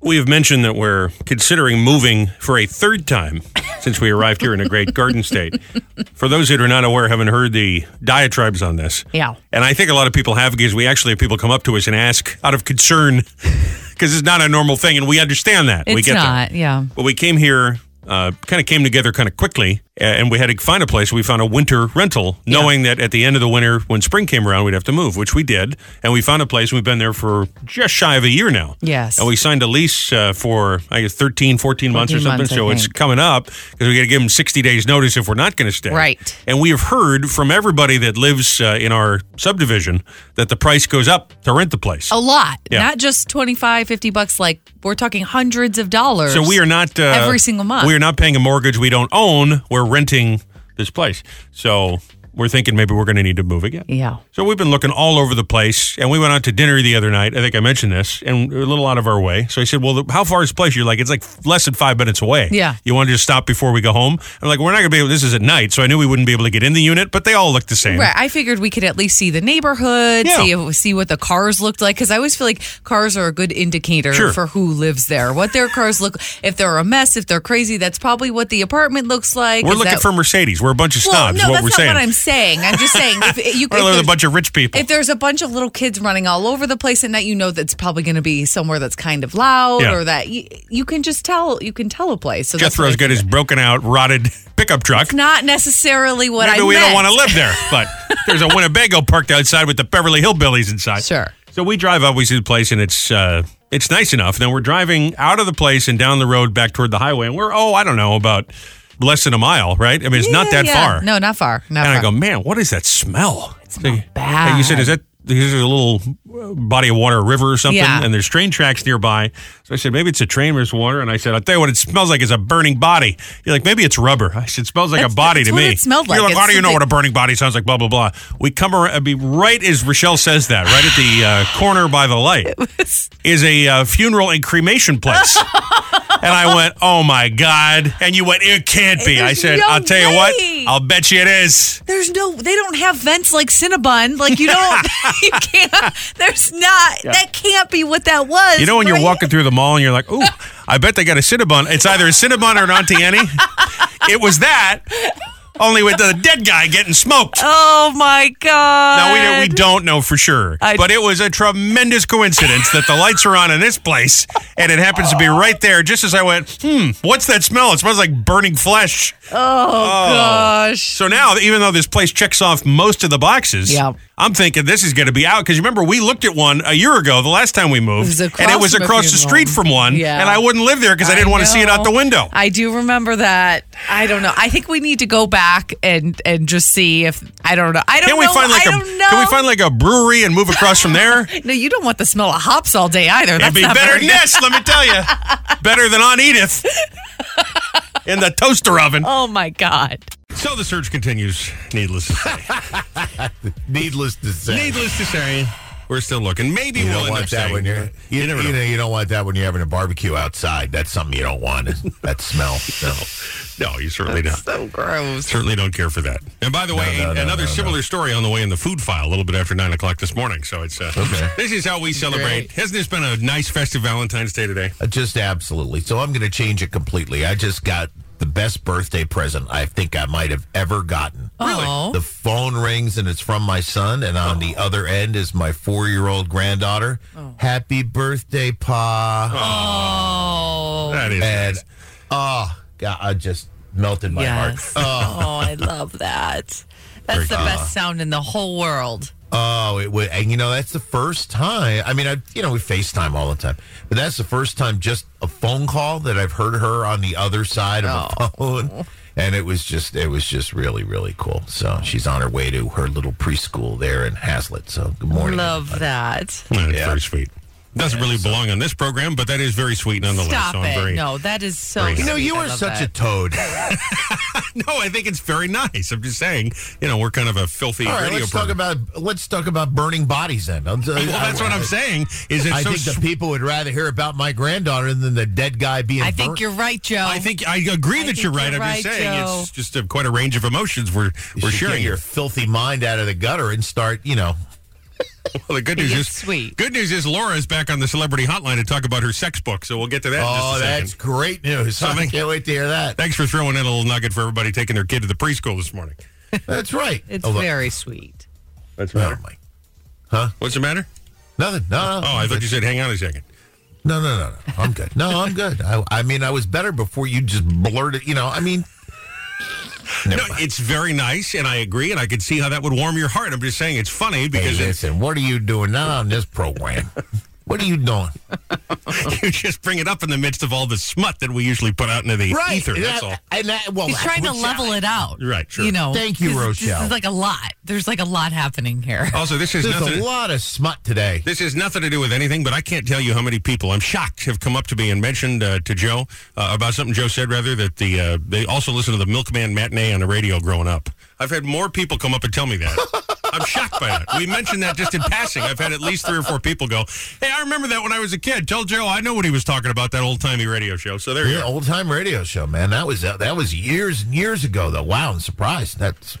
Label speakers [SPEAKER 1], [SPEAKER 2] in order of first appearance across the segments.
[SPEAKER 1] We have mentioned that we're considering moving for a third time since we arrived here in a great garden state. For those that are not aware, haven't heard the diatribes on this.
[SPEAKER 2] Yeah.
[SPEAKER 1] And I think a lot of people have because we actually have people come up to us and ask out of concern because it's not a normal thing. And we understand that. we
[SPEAKER 2] It's
[SPEAKER 1] get that.
[SPEAKER 2] not. Yeah.
[SPEAKER 1] But we came here, uh, kind of came together kind of quickly, a- and we had to find a place. We found a winter rental, knowing that at the end of the winter, when spring came around, we'd have to move, which we did. And we found a place. We've been there for just shy of a year now.
[SPEAKER 2] Yes.
[SPEAKER 1] And we signed a lease uh, for, I guess, 13, 14 months or
[SPEAKER 2] 14
[SPEAKER 1] something.
[SPEAKER 2] months, I
[SPEAKER 1] so it's
[SPEAKER 2] think.
[SPEAKER 1] coming up because we got to give them 60 days notice if we're not going to stay.
[SPEAKER 2] Right.
[SPEAKER 1] And we have heard from everybody that lives uh, in our subdivision that the price goes up to rent the place.
[SPEAKER 2] A lot.
[SPEAKER 1] Yeah.
[SPEAKER 2] Not just 25, 50 bucks. Like, we're talking hundreds of dollars.
[SPEAKER 1] So we are not uh,
[SPEAKER 2] Every single month.
[SPEAKER 1] We are not paying a mortgage we don't own. We're renting this place. So we're thinking maybe we're going to need to move again.
[SPEAKER 2] Yeah.
[SPEAKER 1] So we've been looking all over the place, and we went out to dinner the other night. I think I mentioned this, and we were a little out of our way. So I said, "Well, how far is the place?" You're like, "It's like less than five minutes away."
[SPEAKER 2] Yeah.
[SPEAKER 1] You want to just stop before we go home? I'm like, "We're not going to be able." This is at night, so I knew we wouldn't be able to get in the unit, but they all look the same.
[SPEAKER 2] Right. I figured we could at least see the neighborhood,
[SPEAKER 1] Yeah.
[SPEAKER 2] see if, see what the cars looked like, because I always feel like cars are a good indicator
[SPEAKER 1] Sure.
[SPEAKER 2] for who lives there, what their cars look, if they're a mess, if they're crazy. That's probably what the apartment looks like.
[SPEAKER 1] We're
[SPEAKER 2] Is
[SPEAKER 1] looking
[SPEAKER 2] that-
[SPEAKER 1] for Mercedes. We're a bunch of
[SPEAKER 2] Well,
[SPEAKER 1] snobs.
[SPEAKER 2] no,
[SPEAKER 1] what
[SPEAKER 2] that's
[SPEAKER 1] we're
[SPEAKER 2] not
[SPEAKER 1] saying.
[SPEAKER 2] what I'm saying. I'm just saying if it- you
[SPEAKER 1] we're
[SPEAKER 2] if
[SPEAKER 1] with a
[SPEAKER 2] there's-
[SPEAKER 1] bunch of rich people.
[SPEAKER 2] if there's a bunch of little kids running all over the place at night, you know that's probably going to be somewhere that's kind of loud
[SPEAKER 1] Yeah.
[SPEAKER 2] or that you, you can just tell you can tell a place. So that's what
[SPEAKER 1] Jethro's
[SPEAKER 2] I
[SPEAKER 1] got his broken out, rotted pickup truck.
[SPEAKER 2] not necessarily what
[SPEAKER 1] Maybe
[SPEAKER 2] I
[SPEAKER 1] we
[SPEAKER 2] meant.
[SPEAKER 1] don't want to live there, but there's a Winnebago parked outside with the Beverly Hillbillies inside.
[SPEAKER 2] Sure.
[SPEAKER 1] So we drive up, we see the place, and it's uh, it's nice enough. Then we're driving out of the place and down the road back toward the highway, and we're oh I don't know about less than a mile, right? I mean it's not
[SPEAKER 2] Yeah,
[SPEAKER 1] that
[SPEAKER 2] yeah.
[SPEAKER 1] far.
[SPEAKER 2] No, not far. Not
[SPEAKER 1] And
[SPEAKER 2] far.
[SPEAKER 1] I go, man, what is that smell? It's
[SPEAKER 2] bad.
[SPEAKER 1] you said is that is there a little uh, body of water, a river or something,
[SPEAKER 2] Yeah.
[SPEAKER 1] and there's train tracks nearby. So I said, maybe it's a train or it's water. And I said, I'll tell you what, it smells like is a burning body. You're like, maybe it's rubber. I said, it smells like
[SPEAKER 2] That's-
[SPEAKER 1] a body
[SPEAKER 2] that's
[SPEAKER 1] to
[SPEAKER 2] what
[SPEAKER 1] me.
[SPEAKER 2] it smelled like.
[SPEAKER 1] You're like,
[SPEAKER 2] It's
[SPEAKER 1] how do you know
[SPEAKER 2] something-
[SPEAKER 1] what a burning body sounds like? Blah, blah, blah. We come around, I'd be right as Rochelle says that, right at the uh, corner by the light, is a uh, funeral and cremation place. and I went, oh my God. And you went, it can't be. I
[SPEAKER 2] There's
[SPEAKER 1] said,
[SPEAKER 2] no
[SPEAKER 1] I'll tell you
[SPEAKER 2] way.
[SPEAKER 1] what, I'll bet you it is.
[SPEAKER 2] There's no, they don't have vents like Cinnabon. Like you don't, you can't. There's not. That can't be what that was.
[SPEAKER 1] You know when you're
[SPEAKER 2] right?
[SPEAKER 1] walking through the mall and you're like, "Ooh, I bet they got a Cinnabon." It's either a Cinnabon or an Auntie Annie. it was that, only with the dead guy getting smoked.
[SPEAKER 2] Oh my god!
[SPEAKER 1] now we don't, we don't know for sure,
[SPEAKER 2] Uh, I-
[SPEAKER 1] but it was a tremendous coincidence that the lights are on in this place, and it happens to be right there. Just as I went, "Hmm, what's that smell?" It smells like burning flesh.
[SPEAKER 2] Gosh.
[SPEAKER 1] So now, even though this place checks off most of the boxes,
[SPEAKER 2] Yeah.
[SPEAKER 1] I'm thinking this is going to be out because remember we looked at one a year ago, the last time we moved,
[SPEAKER 2] was
[SPEAKER 1] and it
[SPEAKER 2] across
[SPEAKER 1] was
[SPEAKER 2] from a
[SPEAKER 1] across the
[SPEAKER 2] funeral
[SPEAKER 1] street
[SPEAKER 2] home.
[SPEAKER 1] from one,
[SPEAKER 2] Yeah.
[SPEAKER 1] and I wouldn't live there because I didn't want to see it out
[SPEAKER 2] know.
[SPEAKER 1] the window.
[SPEAKER 2] I do remember that. I don't know. I think we need to go back and and just see if I don't know. I don't
[SPEAKER 1] can we
[SPEAKER 2] know.
[SPEAKER 1] find like
[SPEAKER 2] I
[SPEAKER 1] a
[SPEAKER 2] don't know.
[SPEAKER 1] can we find like a brewery and move across from there?
[SPEAKER 2] No, you don't want the smell of hops all day either.
[SPEAKER 1] It'd
[SPEAKER 2] That's
[SPEAKER 1] be
[SPEAKER 2] not
[SPEAKER 1] better
[SPEAKER 2] very
[SPEAKER 1] than this, let me tell you. Better than on Edith in the toaster oven.
[SPEAKER 2] Oh my god.
[SPEAKER 1] So the search continues. Needless to say,
[SPEAKER 3] Needless to say.
[SPEAKER 1] needless to say, we're still looking. Maybe
[SPEAKER 3] you
[SPEAKER 1] we'll
[SPEAKER 3] don't
[SPEAKER 1] end up
[SPEAKER 3] want that
[SPEAKER 1] staying.
[SPEAKER 3] when you're you,
[SPEAKER 1] You
[SPEAKER 3] you,
[SPEAKER 1] never
[SPEAKER 3] know.
[SPEAKER 1] know.
[SPEAKER 3] you don't want that when you're having a barbecue outside. That's something you don't want. is That smell. No.
[SPEAKER 1] No, you certainly don't.
[SPEAKER 2] So gross.
[SPEAKER 1] Certainly don't care for that. And by the way,
[SPEAKER 3] no, no,
[SPEAKER 1] another
[SPEAKER 3] no, no.
[SPEAKER 1] similar story on the way in the food file a little bit after nine o'clock this morning. So it's uh, this is how we celebrate. Hasn't this been a nice festive Valentine's Day today?
[SPEAKER 3] Uh, Just absolutely. So I'm going to change it completely. I just got the best birthday present I think I might have ever gotten.
[SPEAKER 2] Oh.
[SPEAKER 3] The phone rings and it's from my son, and on the other end is my four year old granddaughter. Happy birthday, Pa.
[SPEAKER 2] Oh.
[SPEAKER 1] That is
[SPEAKER 3] And,
[SPEAKER 1] nice.
[SPEAKER 3] oh, God, I just melted my
[SPEAKER 2] Yes.
[SPEAKER 3] heart.
[SPEAKER 2] Oh, I love that. That's the best sound in the whole world.
[SPEAKER 3] Oh, it would, and you know that's the first time. I mean, I you know we FaceTime all the time, but that's the first time just a phone call that I've heard her on the other side of a
[SPEAKER 2] Oh.
[SPEAKER 3] phone, and it was just it was just really really cool. So she's on her way to her little preschool there in Hazlitt. So good morning.
[SPEAKER 2] Love that.
[SPEAKER 1] That is
[SPEAKER 3] Yeah.
[SPEAKER 1] very sweet. Doesn't really belong on this program, but that is very sweet nonetheless.
[SPEAKER 2] Stop
[SPEAKER 1] so I'm
[SPEAKER 2] it.
[SPEAKER 1] very-
[SPEAKER 2] no, that is so.
[SPEAKER 1] very
[SPEAKER 3] You know
[SPEAKER 2] sweet.
[SPEAKER 3] you
[SPEAKER 2] I
[SPEAKER 3] are
[SPEAKER 2] love
[SPEAKER 3] such a
[SPEAKER 2] that.
[SPEAKER 3] toad.
[SPEAKER 1] no, I think it's very nice. I'm just saying, you know, we're kind of a filthy
[SPEAKER 3] All right,
[SPEAKER 1] radio
[SPEAKER 3] let's talk
[SPEAKER 1] program.
[SPEAKER 3] about let's talk about burning bodies then. I'm-
[SPEAKER 1] well, that's what I'm saying. Is it
[SPEAKER 3] I
[SPEAKER 1] so?
[SPEAKER 3] think the
[SPEAKER 1] sw-
[SPEAKER 3] people would rather hear about my granddaughter than the dead guy being.
[SPEAKER 2] I think
[SPEAKER 3] burnt.
[SPEAKER 2] you're right, Joe.
[SPEAKER 1] I think I agree that
[SPEAKER 2] think
[SPEAKER 1] you're
[SPEAKER 2] you're
[SPEAKER 1] right. I'm
[SPEAKER 2] right,
[SPEAKER 1] just saying
[SPEAKER 2] Joe.
[SPEAKER 1] it's just a, quite a range of emotions we're
[SPEAKER 3] You
[SPEAKER 1] we're
[SPEAKER 3] should
[SPEAKER 1] sharing
[SPEAKER 3] get your
[SPEAKER 1] here.
[SPEAKER 3] filthy mind out of the gutter and start, you know,
[SPEAKER 1] Well, the good news
[SPEAKER 2] He
[SPEAKER 1] is
[SPEAKER 2] is sweet.
[SPEAKER 1] Good news is Laura's back on the celebrity hotline to talk about her sex book. So we'll get to that. in just
[SPEAKER 3] Oh,
[SPEAKER 1] a second.
[SPEAKER 3] that's great news. I
[SPEAKER 1] Something-
[SPEAKER 3] can't wait to hear that.
[SPEAKER 1] Thanks for throwing in a little nugget for everybody taking their kid to the preschool this morning.
[SPEAKER 3] That's right.
[SPEAKER 2] It's
[SPEAKER 1] Oh,
[SPEAKER 3] Although-
[SPEAKER 2] very sweet.
[SPEAKER 1] That's
[SPEAKER 3] No, Mike.
[SPEAKER 1] What's the matter?
[SPEAKER 3] Nothing. No, no.
[SPEAKER 1] Oh, I thought you said hang on a second.
[SPEAKER 3] No, no, no, no. I'm good. No, I'm good. I, I mean, I was better before you just blurted. You know, I mean,
[SPEAKER 1] No, it's very nice, and I agree, and I could see how that would warm your heart. I'm just saying it's funny
[SPEAKER 3] hey,
[SPEAKER 1] because it-
[SPEAKER 3] listen, what are you doing? Not on this program. What are you doing?
[SPEAKER 1] you just bring it up in the midst of all the smut that we usually put out into the ether.
[SPEAKER 3] And
[SPEAKER 1] That's all.
[SPEAKER 3] that- And that, well,
[SPEAKER 2] He's
[SPEAKER 3] that's
[SPEAKER 2] trying to
[SPEAKER 3] what's-
[SPEAKER 2] level it out.
[SPEAKER 1] Right, sure.
[SPEAKER 2] Oh, You know.
[SPEAKER 3] Thank you,
[SPEAKER 2] 'cause This
[SPEAKER 3] Rochelle.
[SPEAKER 2] is like a lot. There's like a lot happening here.
[SPEAKER 1] Also, this is
[SPEAKER 3] There's
[SPEAKER 1] nothing.
[SPEAKER 3] a lot of smut today.
[SPEAKER 1] This has nothing to do with anything, but I can't tell you how many people I'm shocked have come up to me and mentioned uh, to Joe uh, about something Joe said. Rather that the uh, they also listened to the Milkman matinee on the radio growing up. I've had more people come up and tell me that. I'm shocked by that. We mentioned that just in passing. I've had at least three or four people go, "Hey, I remember that when I was a kid." Tell Joe I know what he was talking about that old timey radio show. So there you
[SPEAKER 3] Yeah,
[SPEAKER 1] go.
[SPEAKER 3] old time radio show, man. That was that was years and years ago, though. Wow, I'm surprised. That's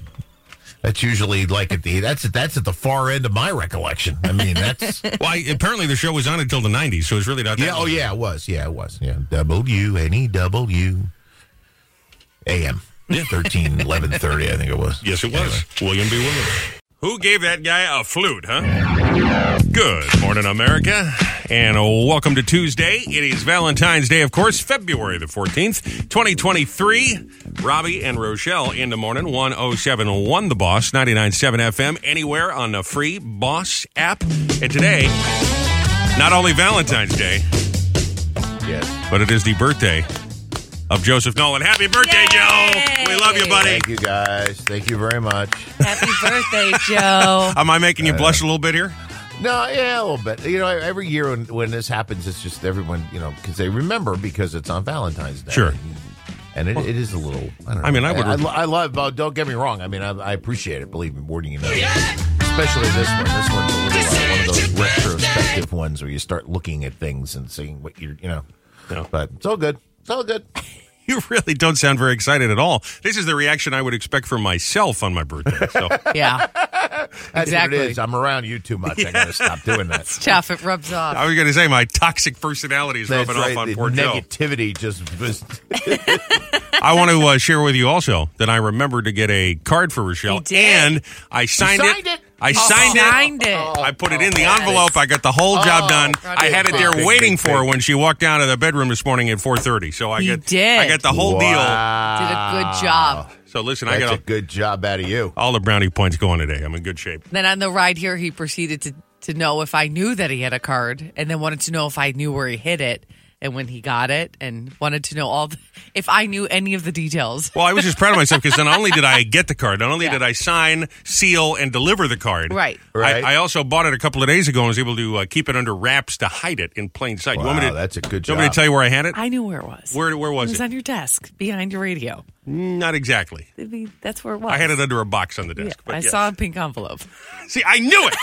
[SPEAKER 3] that's usually like at the that's that's at the far end of my recollection. I mean, that's
[SPEAKER 1] Why? apparently the show was on until the '90s, so it's really not. That
[SPEAKER 3] yeah. Oh
[SPEAKER 1] long.
[SPEAKER 3] yeah, it was. Yeah, it was. Yeah, W N E W A M. Yeah, thirteen eleven thirty. I think it was.
[SPEAKER 1] Yes, it
[SPEAKER 3] Anyway.
[SPEAKER 1] was. William B. Williams. Who gave that guy a flute, huh? Good morning, America, and welcome to Tuesday. It is Valentine's Day, of course, February the 14th, 2023. Robbie and Rochelle in the morning, 1071 The Boss, 99.7 FM, anywhere on the free Boss app. And today, not only Valentine's Day,
[SPEAKER 3] Yes.
[SPEAKER 1] but it is the birthday of Joseph Nolan. Happy birthday,
[SPEAKER 2] Yay!
[SPEAKER 1] Joe! We love you, buddy.
[SPEAKER 3] Thank you guys. Thank you very much.
[SPEAKER 2] Happy birthday, Joe.
[SPEAKER 1] Am I making you blush a little bit here?
[SPEAKER 3] No, yeah, a little bit. You know, every year when, when this happens, it's just everyone, you know, because they remember because it's on Valentine's Day.
[SPEAKER 1] Sure.
[SPEAKER 3] And it, it is a little. I, don't know.
[SPEAKER 1] I mean, I would-
[SPEAKER 3] I, lo- I love. Oh, don't get me wrong. I mean, I, I appreciate it. Believe me, more than you know. Especially this one. This one's a little like one of those retrospective ones where you start looking at things and seeing what you're, you know.
[SPEAKER 1] No.
[SPEAKER 3] But it's all good. It's all good.
[SPEAKER 1] You really don't sound very excited at all. This is the reaction I would expect from myself on my birthday. So
[SPEAKER 2] Yeah.
[SPEAKER 3] That's
[SPEAKER 2] Exactly.
[SPEAKER 3] what it is. I'm around you too much. I gotta stop doing that.
[SPEAKER 2] Tough. It rubs off.
[SPEAKER 1] I was going to say my toxic personality is
[SPEAKER 3] That's
[SPEAKER 1] rubbing
[SPEAKER 3] right.
[SPEAKER 1] off on
[SPEAKER 3] the
[SPEAKER 1] poor Joe.
[SPEAKER 3] negativity just was.
[SPEAKER 1] I want to uh, share with you also that I remembered to get a card for Rochelle,
[SPEAKER 2] did?
[SPEAKER 1] and I signed,
[SPEAKER 3] signed
[SPEAKER 1] it.
[SPEAKER 3] it?
[SPEAKER 1] I signed it.
[SPEAKER 2] Oh, Signed Oh, it.
[SPEAKER 1] I put it in the envelope. I got the whole job done.
[SPEAKER 2] Roger.
[SPEAKER 1] I had it there
[SPEAKER 2] Oh, Big,
[SPEAKER 3] big,
[SPEAKER 1] waiting
[SPEAKER 3] big,
[SPEAKER 1] for her
[SPEAKER 3] big.
[SPEAKER 1] when she walked down to the bedroom this morning at 4:30. So I
[SPEAKER 2] You
[SPEAKER 1] got
[SPEAKER 2] did.
[SPEAKER 1] I got the whole
[SPEAKER 2] Did a good
[SPEAKER 1] Ah.
[SPEAKER 2] job.
[SPEAKER 1] deal. So listen, I
[SPEAKER 3] That's
[SPEAKER 1] got
[SPEAKER 3] a good job out of you.
[SPEAKER 1] all the brownie points going today. I'm in good shape.
[SPEAKER 2] Then on the ride here, he proceeded to, to know if I knew that he had a card and then wanted to know if I knew where he hid it and when he got it and wanted to know all the, if I knew any of the details.
[SPEAKER 1] Well, I was just proud of myself because not only did I get the card, not only did I sign, seal, and deliver the card.
[SPEAKER 2] Right.
[SPEAKER 3] Right.
[SPEAKER 1] I, I also bought it a couple of days ago and was able to uh, keep it under wraps to hide it in plain sight. you want me
[SPEAKER 3] Wow,
[SPEAKER 1] to,
[SPEAKER 3] that's a good
[SPEAKER 1] You want me
[SPEAKER 3] job.
[SPEAKER 1] to tell you where I had it?
[SPEAKER 2] I knew where it was.
[SPEAKER 1] where where
[SPEAKER 2] it
[SPEAKER 1] was
[SPEAKER 2] was
[SPEAKER 1] it?
[SPEAKER 2] on your desk behind your radio.
[SPEAKER 1] Not exactly.
[SPEAKER 2] I mean, that's where it was.
[SPEAKER 1] I had it under a box on the desk.
[SPEAKER 2] Yeah,
[SPEAKER 1] but
[SPEAKER 2] I
[SPEAKER 1] yes.
[SPEAKER 2] saw a pink envelope.
[SPEAKER 1] See, I knew it.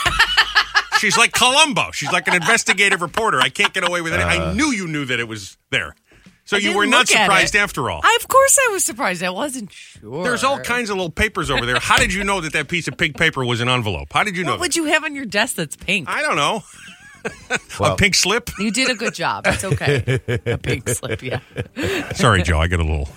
[SPEAKER 1] She's like Columbo. She's like an investigative reporter. I can't get away with it.
[SPEAKER 3] Uh.
[SPEAKER 1] I knew you knew that it was there. So
[SPEAKER 2] I
[SPEAKER 1] you
[SPEAKER 2] didn't
[SPEAKER 1] were not
[SPEAKER 2] look at
[SPEAKER 1] surprised
[SPEAKER 2] it.
[SPEAKER 1] after all.
[SPEAKER 2] I, of course, I was surprised. I wasn't sure.
[SPEAKER 1] There's all kinds of little papers over there. How did you know that that piece of pink paper was an envelope? How did you know?
[SPEAKER 2] What
[SPEAKER 1] that?
[SPEAKER 2] would you have on your desk that's pink?
[SPEAKER 1] I don't know.
[SPEAKER 3] Well-
[SPEAKER 1] a pink slip?
[SPEAKER 2] You did a good job. It's okay. a pink slip, yeah.
[SPEAKER 1] Sorry, Joe. I get a little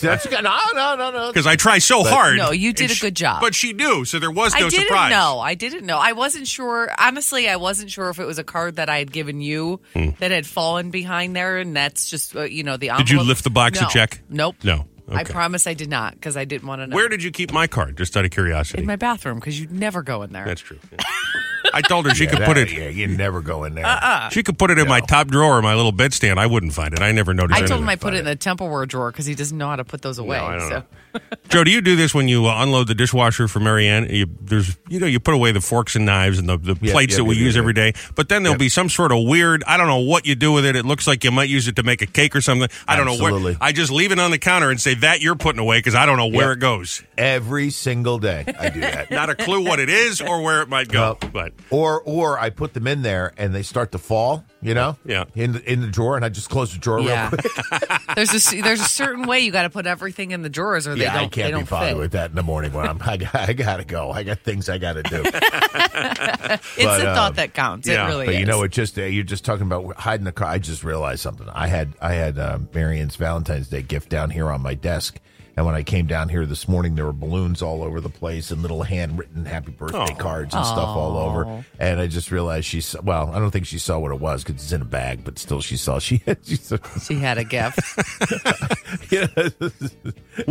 [SPEAKER 3] That's good. No, no, no, no.
[SPEAKER 1] because I try so hard.
[SPEAKER 2] No, you did
[SPEAKER 1] And
[SPEAKER 2] a
[SPEAKER 1] she-
[SPEAKER 2] good job.
[SPEAKER 1] But she knew, so there was no
[SPEAKER 2] I didn't
[SPEAKER 1] surprise.
[SPEAKER 2] know. I didn't know. I wasn't sure. Honestly, I wasn't sure if it was a card that I had given you
[SPEAKER 1] Hmm.
[SPEAKER 2] that had fallen behind there, and that's just uh, you know the. Envelope.
[SPEAKER 1] you lift the box to
[SPEAKER 2] No.
[SPEAKER 1] check?
[SPEAKER 2] Nope.
[SPEAKER 1] No.
[SPEAKER 2] I
[SPEAKER 1] Okay.
[SPEAKER 2] promise I did not because I didn't want to know.
[SPEAKER 1] Where did you keep my card? Just out of curiosity.
[SPEAKER 2] in my bathroom because you'd never go in there.
[SPEAKER 1] That's true. I told her she could put it.
[SPEAKER 3] Yeah, you never go in there.
[SPEAKER 1] She could put it in my top drawer, or my little bedstand. I wouldn't find it. I never noticed.
[SPEAKER 2] I told
[SPEAKER 1] anything.
[SPEAKER 2] him I put it in the Tupperware drawer because he doesn't know how to put those away.
[SPEAKER 1] I don't
[SPEAKER 2] so
[SPEAKER 1] know. Joe, do you do this when you uh, unload the dishwasher for Marianne? You, there's, you know, you put away the forks and knives and the, the
[SPEAKER 3] Yep,
[SPEAKER 1] plates
[SPEAKER 3] yep,
[SPEAKER 1] that we
[SPEAKER 3] yep, yep,
[SPEAKER 1] use
[SPEAKER 3] yep.
[SPEAKER 1] every day. But then there'll be some sort of weird. I don't know what you do with it. It looks like you might use it to make a cake or something. I don't know where.
[SPEAKER 3] Absolutely.
[SPEAKER 1] I just leave it on the counter and say that you're putting away because I don't know where
[SPEAKER 3] Yep.
[SPEAKER 1] it goes.
[SPEAKER 3] Every single day, I do that.
[SPEAKER 1] Not a clue what it is or where it might go.
[SPEAKER 3] Well,
[SPEAKER 1] But
[SPEAKER 3] or or I put them in there and they start to fall. You know,
[SPEAKER 1] Yeah.
[SPEAKER 3] in the, in the drawer, and I just close the drawer
[SPEAKER 2] yeah,
[SPEAKER 3] real quick.
[SPEAKER 2] there's a c- there's a certain way you got to put everything in the drawers or they
[SPEAKER 3] Yeah,
[SPEAKER 2] don't
[SPEAKER 3] I
[SPEAKER 2] they
[SPEAKER 3] can't be
[SPEAKER 2] don't
[SPEAKER 3] bothered
[SPEAKER 2] fit.
[SPEAKER 3] with that in the morning when I'm. I, got- I gotta go. I got things I gotta do.
[SPEAKER 2] It's
[SPEAKER 3] But,
[SPEAKER 2] the
[SPEAKER 3] uh,
[SPEAKER 2] thought that counts.
[SPEAKER 1] yeah,
[SPEAKER 2] it really
[SPEAKER 3] But
[SPEAKER 2] is.
[SPEAKER 3] you know, it just uh, you're just talking about hiding the car. I just realized something. I had I had uh, Marion's Valentine's Day gift down here on my desk, and when I came down here this morning, there were balloons all over the place and little handwritten happy birthday
[SPEAKER 1] Oh.
[SPEAKER 3] cards and stuff all over. And I just realized she. s- Well, I don't think she saw what it was because it's in a bag, but still, she saw she. had- she saw,
[SPEAKER 2] she had a gift.
[SPEAKER 3] yeah,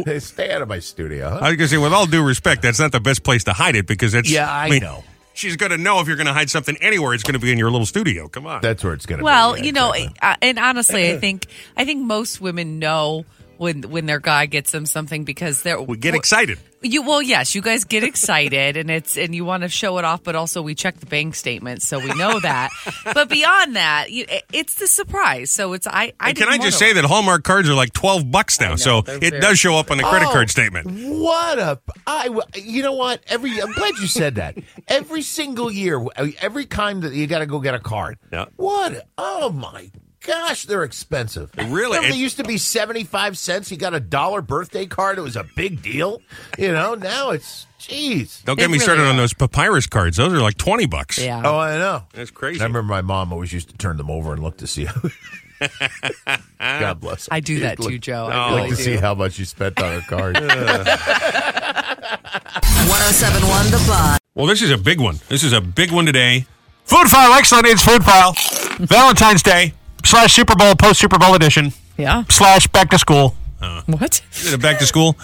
[SPEAKER 3] Hey, stay out of my studio. Huh?
[SPEAKER 1] I was going to say, with all due respect, that's not the best place to hide it because it's.
[SPEAKER 3] Yeah, I
[SPEAKER 1] mean,
[SPEAKER 3] know.
[SPEAKER 1] She's going to know if you're going to hide something anywhere, it's going to be in your little studio. Come on.
[SPEAKER 3] That's where it's going to.
[SPEAKER 2] Well,
[SPEAKER 3] be.
[SPEAKER 2] you know,
[SPEAKER 3] exactly.
[SPEAKER 2] uh, and honestly, I think I think most women know when when their guy gets them something because they're
[SPEAKER 1] we get excited.
[SPEAKER 2] You well, yes, you guys get excited and it's and you want to show it off, but also we check the bank statements, so we know that. but beyond that, you, it- it's the surprise. So it's I. I
[SPEAKER 1] And can I
[SPEAKER 2] didn't
[SPEAKER 1] just say
[SPEAKER 2] wanna-
[SPEAKER 1] that Hallmark cards are like 12 bucks now, so
[SPEAKER 2] they're
[SPEAKER 1] it
[SPEAKER 2] very-
[SPEAKER 1] does show up on the credit
[SPEAKER 3] Oh.
[SPEAKER 1] card statement.
[SPEAKER 3] What a I w- you know what every I'm glad you said that. Every single year, every time that you got to go get a card.
[SPEAKER 1] Yeah.
[SPEAKER 3] What? Oh my gosh, they're expensive.
[SPEAKER 1] Really?
[SPEAKER 3] Remember
[SPEAKER 1] It-
[SPEAKER 3] they used to be seventy five cents. You got a dollar birthday card. It was a big deal. You know. Now it's jeez.
[SPEAKER 1] Don't
[SPEAKER 2] They
[SPEAKER 1] get me
[SPEAKER 2] really
[SPEAKER 1] started on
[SPEAKER 2] are.
[SPEAKER 1] those papyrus cards. Those are like 20 bucks.
[SPEAKER 2] Yeah.
[SPEAKER 3] Oh, I know.
[SPEAKER 1] That's crazy.
[SPEAKER 3] I remember my mom always used to turn them over and look to see. How- God bless. her.
[SPEAKER 2] I do that
[SPEAKER 3] Look-
[SPEAKER 2] too, Joe.
[SPEAKER 1] Oh.
[SPEAKER 2] I
[SPEAKER 3] Look
[SPEAKER 2] really
[SPEAKER 3] to
[SPEAKER 2] do.
[SPEAKER 3] see how much you spent on a card.
[SPEAKER 4] 1071 The Buzz.
[SPEAKER 1] Well, this is a big one. This is a big one today. Food File, excellent. It's Food File. Valentine's Day slash Super Bowl, post Super Bowl edition
[SPEAKER 2] Yeah.
[SPEAKER 1] slash back to school.
[SPEAKER 2] What?
[SPEAKER 1] Is it back to school?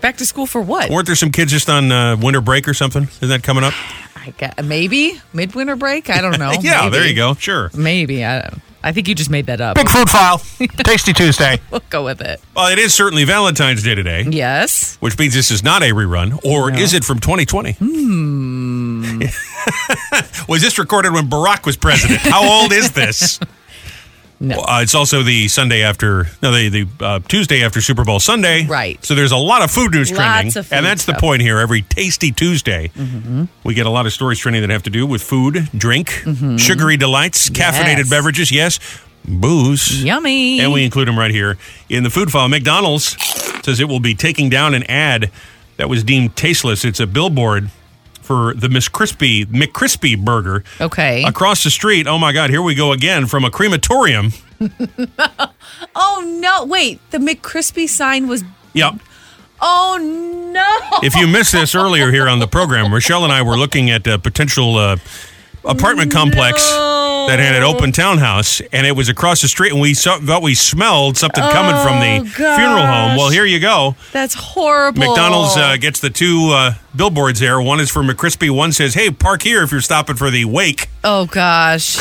[SPEAKER 2] Back to school for what?
[SPEAKER 1] Weren't there some kids just on uh, winter break or something? Isn't that coming up?
[SPEAKER 2] I guess, maybe midwinter break. I don't know.
[SPEAKER 1] yeah,
[SPEAKER 2] Maybe.
[SPEAKER 1] there you go. Sure.
[SPEAKER 2] Maybe I. don't- I think you just made that up.
[SPEAKER 1] Food File, Tasty Tuesday.
[SPEAKER 2] We'll go with it.
[SPEAKER 1] Well, it is certainly Valentine's Day today.
[SPEAKER 2] Yes.
[SPEAKER 1] Which means this is not a rerun, or is it from 2020? Hmm.
[SPEAKER 2] Hmm.
[SPEAKER 1] was this recorded when Barack was president? How old is this?
[SPEAKER 2] No.
[SPEAKER 1] Well, uh, it's also the Sunday after, no, the, the uh, Tuesday after Super Bowl Sunday.
[SPEAKER 2] Right.
[SPEAKER 1] So there's a lot of food news
[SPEAKER 2] Lots
[SPEAKER 1] trending.
[SPEAKER 2] of food
[SPEAKER 1] and that's the
[SPEAKER 2] stuff. Mm-hmm.
[SPEAKER 1] point here. Every tasty Tuesday, we get a lot of stories trending that have to do with food, drink, sugary delights, caffeinated
[SPEAKER 2] Mm-hmm. Yes.
[SPEAKER 1] beverages, yes, booze.
[SPEAKER 2] Yummy.
[SPEAKER 1] And we include them right here in the food file. McDonald's says it will be taking down an ad that was deemed tasteless. It's a billboard for the Miss Crispy McCrispy burger.
[SPEAKER 2] Okay.
[SPEAKER 1] Across the street, oh my God, here we go again from a crematorium.
[SPEAKER 2] Oh no! Wait, the McCrispy sign was.
[SPEAKER 1] Yep.
[SPEAKER 2] Oh no!
[SPEAKER 1] If you missed this earlier here on the program, Rochelle and I were looking at a potential uh, apartment complex
[SPEAKER 2] No.
[SPEAKER 1] that had an open townhouse, and it was across the street, and we saw, thought we smelled something coming from the
[SPEAKER 2] Oh, gosh.
[SPEAKER 1] funeral home. Well, here you go.
[SPEAKER 2] That's horrible.
[SPEAKER 1] McDonald's uh, gets the two uh, billboards there. One is for McCrispy. One says, "Hey, park here if you're stopping for the wake."
[SPEAKER 2] oh gosh,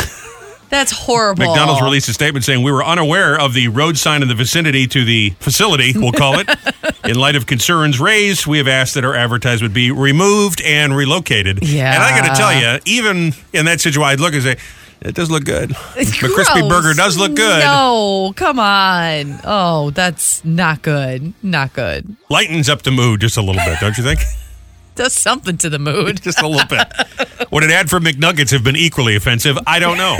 [SPEAKER 2] that's horrible.
[SPEAKER 1] McDonald's released a statement saying, "We were unaware of the road sign in the vicinity to the facility. We'll call it. in light of concerns raised, we have asked that our advertisement be removed and relocated."
[SPEAKER 2] Yeah.
[SPEAKER 1] And I got to tell you, even in that situation, I'd look and say, "It does look good.
[SPEAKER 2] It's
[SPEAKER 1] McCrispy
[SPEAKER 2] gross.
[SPEAKER 1] burger does look good."
[SPEAKER 2] No, come on. Oh, that's not good. Not good.
[SPEAKER 1] Lightens up the mood just a little bit, don't you think?
[SPEAKER 2] Does something to the mood.
[SPEAKER 1] just a little bit. Would an ad for McNuggets have been equally offensive? I don't know.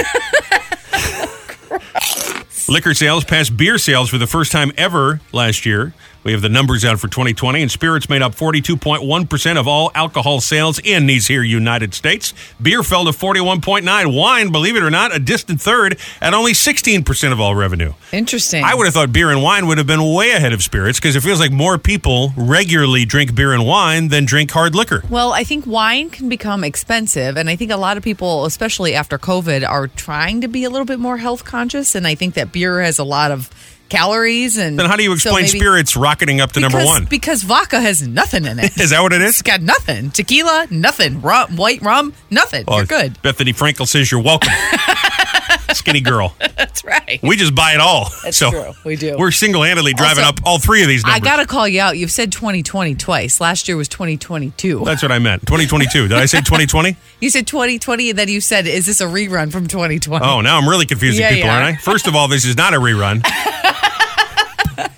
[SPEAKER 1] Liquor sales passed beer sales for the first time ever last year. We have the numbers out for 2020, and spirits made up 42.1% of all alcohol sales in these here United States. Beer fell to 41.9. Wine, believe it or not, a distant third at only 16% of all revenue.
[SPEAKER 2] Interesting.
[SPEAKER 1] I would have thought beer and wine would have been way ahead of spirits because it feels like more people regularly drink beer and wine than drink hard liquor.
[SPEAKER 2] Well, I think wine can become expensive. And I think a lot of people, especially after COVID, are trying to be a little bit more health conscious. And I think that beer has a lot of calories. And
[SPEAKER 1] Then how do you
[SPEAKER 2] so
[SPEAKER 1] explain
[SPEAKER 2] maybe-
[SPEAKER 1] spirits rocketing up to number
[SPEAKER 2] Because-
[SPEAKER 1] one?
[SPEAKER 2] Because vodka has nothing in it.
[SPEAKER 1] Is that what it
[SPEAKER 2] It's
[SPEAKER 1] is?
[SPEAKER 2] got nothing. Tequila, nothing. Rum, white rum, nothing.
[SPEAKER 1] Oh,
[SPEAKER 2] You're good.
[SPEAKER 1] Bethany Frankel says you're welcome. Skinny girl.
[SPEAKER 2] That's right.
[SPEAKER 1] We just buy it all.
[SPEAKER 2] That's
[SPEAKER 1] so
[SPEAKER 2] true. We do.
[SPEAKER 1] We're single handedly driving
[SPEAKER 2] Also,
[SPEAKER 1] up all three of these numbers.
[SPEAKER 2] I got to call you out. You've said 2020 twice. Last year was 2022.
[SPEAKER 1] That's what I meant. 2022. Did I say 2020?
[SPEAKER 2] You said 2020, and then you said, is this a rerun from 2020?
[SPEAKER 1] Oh, now I'm really confusing
[SPEAKER 2] Yeah,
[SPEAKER 1] people,
[SPEAKER 2] you
[SPEAKER 1] aren't I? First of all, this is not a rerun.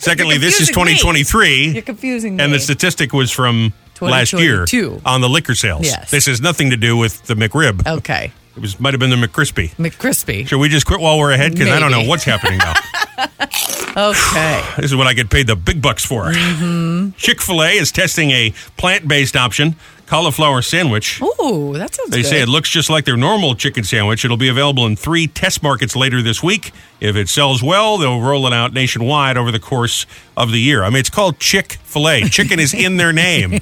[SPEAKER 1] Secondly, this is
[SPEAKER 2] confusing me.
[SPEAKER 1] 2023.
[SPEAKER 2] You're confusing me.
[SPEAKER 1] And the statistic was from last year
[SPEAKER 2] 2022.
[SPEAKER 1] on the liquor sales.
[SPEAKER 2] Yes. Oh.
[SPEAKER 1] This has nothing to do with the McRib.
[SPEAKER 2] okay.
[SPEAKER 1] It was might have been the McCrispy.
[SPEAKER 2] McCrispy.
[SPEAKER 1] Should we just quit while we're ahead? Because I don't know
[SPEAKER 2] Maybe.
[SPEAKER 1] what's happening now. This
[SPEAKER 2] Okay. Mm-hmm.
[SPEAKER 1] is what I get paid the big bucks for. Chick fil A is testing a plant based option cauliflower sandwich.
[SPEAKER 2] Ooh, that sounds
[SPEAKER 1] They
[SPEAKER 2] good.
[SPEAKER 1] say it looks just like their normal chicken sandwich. It'll be available in three test markets later this week. If it sells well, they'll roll it out nationwide over the course of the year. I mean, it's called Chick fil A. Chicken is in their name.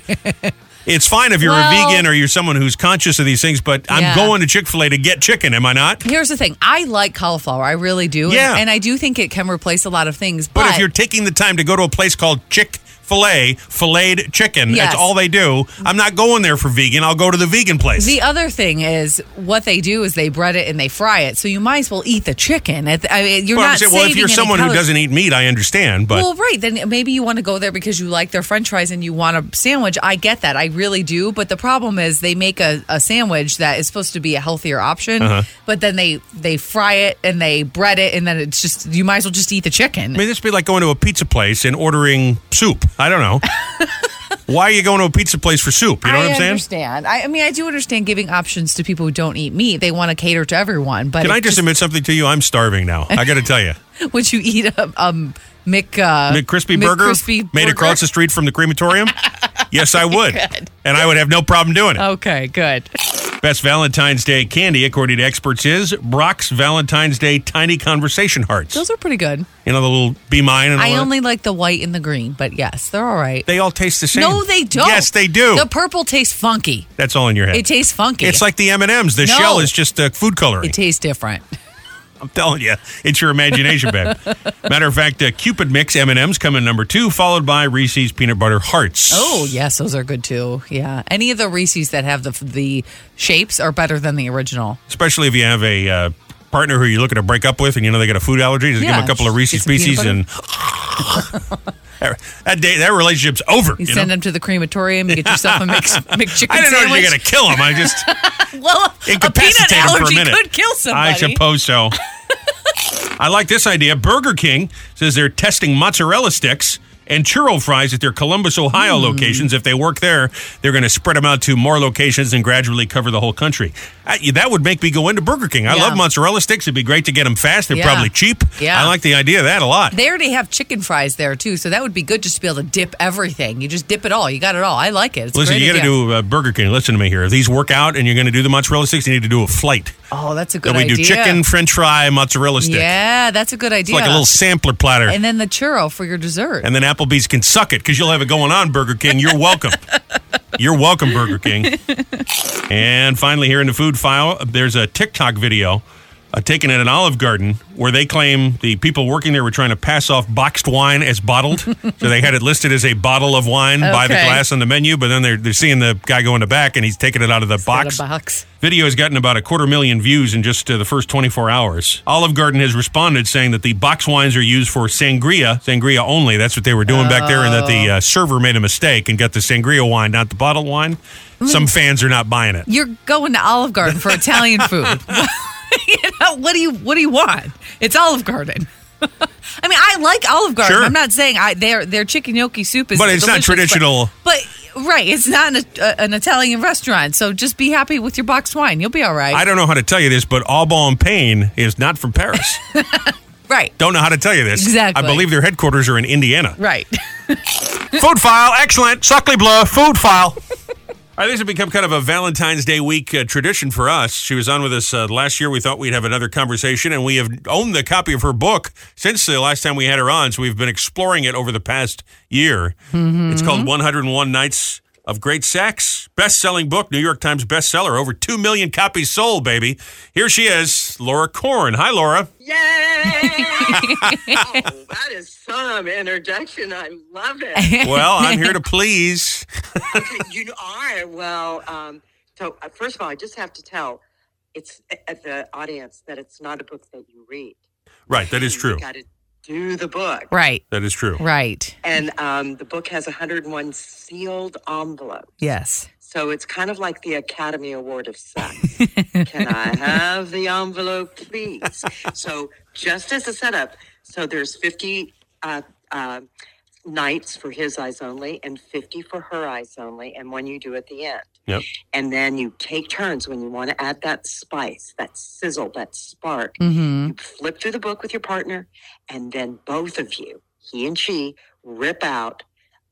[SPEAKER 1] It's fine if you're
[SPEAKER 2] Well-
[SPEAKER 1] a vegan or you're someone who's conscious of these things, but
[SPEAKER 2] Yeah.
[SPEAKER 1] I'm going to Chick fil A to get chicken, am I not?
[SPEAKER 2] Here's the thing. I like cauliflower. I really do. And-
[SPEAKER 1] Yeah.
[SPEAKER 2] And, I do think it can replace a lot of things. But,
[SPEAKER 1] But, if you're taking the time to go to a place called Chick fil A, filleted chicken,
[SPEAKER 2] Yes.
[SPEAKER 1] that's all they do. I'm not going there for vegan. I'll go to the vegan place.
[SPEAKER 2] the other thing is, what they do is they bread it and they fry it. So you might as well eat the chicken. At the- I mean, you're
[SPEAKER 1] Well, I'm
[SPEAKER 2] not
[SPEAKER 1] saying,
[SPEAKER 2] saving
[SPEAKER 1] well, if you're
[SPEAKER 2] any
[SPEAKER 1] someone who
[SPEAKER 2] calories.
[SPEAKER 1] doesn't eat meat, I understand, but.
[SPEAKER 2] Well, right. Then maybe you want to go there because you like their french fries and you want a sandwich. I get that. I really do. But the problem is they make a, a sandwich that is supposed to be a healthier option,
[SPEAKER 1] Uh-huh.
[SPEAKER 2] but then they, they fry it and they bread it, and then it's just, you might as well just eat the chicken.
[SPEAKER 1] I mean, this would be like going to a pizza place and ordering soup. I don't know. Why are you going to a pizza place for soup? You know
[SPEAKER 2] I
[SPEAKER 1] what I'm saying?
[SPEAKER 2] understand. I, I mean, I do understand giving options to people who don't eat meat. They want to cater to everyone. But
[SPEAKER 1] Can
[SPEAKER 2] it
[SPEAKER 1] I just admit something to you? I'm starving now. I got to tell you.
[SPEAKER 2] would you eat a um, Mc uh,
[SPEAKER 1] McCrispy burger
[SPEAKER 2] McCrispy
[SPEAKER 1] made
[SPEAKER 2] burger?
[SPEAKER 1] across the street from the crematorium? yes, I would. And I would have no problem doing it.
[SPEAKER 2] Okay, good.
[SPEAKER 1] Best Valentine's Day candy, according to experts, is Brock's Valentine's Day Tiny Conversation Hearts.
[SPEAKER 2] Those are pretty good.
[SPEAKER 1] you know, the little be mine and all
[SPEAKER 2] I
[SPEAKER 1] that?
[SPEAKER 2] only like the white and the green, but yes, they're all right.
[SPEAKER 1] They all taste the same.
[SPEAKER 2] no, they don't.
[SPEAKER 1] Yes, they do.
[SPEAKER 2] The purple tastes funky.
[SPEAKER 1] That's all in your head.
[SPEAKER 2] It tastes funky.
[SPEAKER 1] It's like the M&Ms. The
[SPEAKER 2] No.
[SPEAKER 1] shell is just uh, food coloring.
[SPEAKER 2] it tastes different.
[SPEAKER 1] I'm telling you, it's your imagination, babe. Matter of fact, uh, Cupid mix M and M's come in number two, followed by Reese's peanut butter hearts.
[SPEAKER 2] Oh yes, those are good too. Yeah, any of the Reese's that have the the shapes are better than the original.
[SPEAKER 1] especially if you have a uh, partner who you're looking to break up with, and you know they got a food allergy. Just give
[SPEAKER 2] Yeah,
[SPEAKER 1] them a couple of Reese's
[SPEAKER 2] just get some peanut
[SPEAKER 1] pieces, and that day that relationship's over. you
[SPEAKER 2] You, send
[SPEAKER 1] know?
[SPEAKER 2] them to the crematorium. You get yourself a mix, McChicken
[SPEAKER 1] I didn't know
[SPEAKER 2] sandwich.
[SPEAKER 1] you were gonna kill him. I just
[SPEAKER 2] well, a
[SPEAKER 1] incapacitate
[SPEAKER 2] peanut
[SPEAKER 1] him for a
[SPEAKER 2] allergy
[SPEAKER 1] minute.
[SPEAKER 2] could kill somebody.
[SPEAKER 1] I suppose so. I like this idea. Burger King says they're testing mozzarella sticks and churro fries at their Columbus, Ohio
[SPEAKER 2] Hmm.
[SPEAKER 1] locations. If they work there, they're going to spread them out to more locations and gradually cover the whole country. I, that would make me go into Burger King. I
[SPEAKER 2] Yeah.
[SPEAKER 1] love mozzarella sticks. It'd be great to get them fast. They're
[SPEAKER 2] Yeah.
[SPEAKER 1] probably cheap.
[SPEAKER 2] Yeah.
[SPEAKER 1] I like the idea of that a lot.
[SPEAKER 2] They already have chicken fries there too, so that would be good just to be able to dip everything. You just dip it all. You got it all. I like it. It's a
[SPEAKER 1] Listen,
[SPEAKER 2] great
[SPEAKER 1] you got to
[SPEAKER 2] idea.
[SPEAKER 1] do uh, Burger King. Listen to me here. If these work out and you're going to do the mozzarella sticks, you need to do a flight.
[SPEAKER 2] Oh, that's a good
[SPEAKER 1] Then we
[SPEAKER 2] idea.
[SPEAKER 1] do chicken, french fry, mozzarella stick.
[SPEAKER 2] Yeah, that's a good idea.
[SPEAKER 1] It's like a little sampler platter.
[SPEAKER 2] and then the churro for your dessert.
[SPEAKER 1] and then Applebee's can suck it because you'll have it going on, Burger King. You're welcome. You're welcome, Burger King. And finally, here in the food file, there's a TikTok video uh, taken at an Olive Garden where they claim the people working there were trying to pass off boxed wine as bottled. so they had it listed as a bottle of wine by the
[SPEAKER 2] Okay.
[SPEAKER 1] glass on the menu, but then they're, they're seeing the guy go in the back and he's taking it out of the
[SPEAKER 2] Got
[SPEAKER 1] box.
[SPEAKER 2] a box.
[SPEAKER 1] Video has gotten about a quarter million views in just uh, the first 24 hours. Olive Garden has responded saying that the box wines are used for sangria, sangria only. That's what they were doing back there, and that the uh,
[SPEAKER 2] Oh.
[SPEAKER 1] server made a mistake and got the sangria wine, not the bottled wine.
[SPEAKER 2] Mm.
[SPEAKER 1] Some fans are not buying it.
[SPEAKER 2] You're going to Olive Garden for Italian food. you know, what do you what do you want? It's Olive Garden. I mean, I like Olive Garden.
[SPEAKER 1] Sure.
[SPEAKER 2] I'm not saying I their their chicken gnocchi soup is,
[SPEAKER 1] But it's not
[SPEAKER 2] delicious,
[SPEAKER 1] traditional.
[SPEAKER 2] But, but, right, it's not an, uh, an Italian restaurant, so just be happy with your boxed wine. You'll be all right.
[SPEAKER 1] I don't know how to tell you this, but Aubon Pain is not from Paris.
[SPEAKER 2] right,
[SPEAKER 1] don't know how to tell you this.
[SPEAKER 2] Exactly.
[SPEAKER 1] I believe their headquarters are in Indiana.
[SPEAKER 2] right.
[SPEAKER 1] Food file, excellent. Suckley Blur, food file. All right, this has become kind of a Valentine's Day week uh, tradition for us. She was on with us uh, last year. We thought we'd have another conversation, and we have owned the copy of her book since the last time we had her on. So we've been exploring it over the past year. It's called 101 Nights of Great Sex, best selling book, New York Times bestseller, over 2 million copies sold, baby. Here she is, Laura Korn. Hi, Laura.
[SPEAKER 5] Yay! oh, that is some introduction. I love it.
[SPEAKER 1] Well, I'm here to please.
[SPEAKER 5] Okay, you are. Well, um, so uh, first of all, I just have to tell it's uh, at the audience that it's not a book that you read.
[SPEAKER 1] Right, that is true.
[SPEAKER 5] You got to do the book.
[SPEAKER 2] Right,
[SPEAKER 1] That is true.
[SPEAKER 2] right.
[SPEAKER 5] And um, the book has 101 sealed envelopes.
[SPEAKER 2] Yes.
[SPEAKER 5] So it's kind of like the Academy Award of Sex. Can I have the envelope, please? So, just as a setup, so there's 50 uh, uh, nights for his eyes only and 50 for her eyes only, and one you do at the end.
[SPEAKER 1] Yep.
[SPEAKER 5] And then you take turns when you want to add that spice, that sizzle, that spark.
[SPEAKER 2] Mm-hmm.
[SPEAKER 5] You flip through the book with your partner, and then both of you, he and she, rip out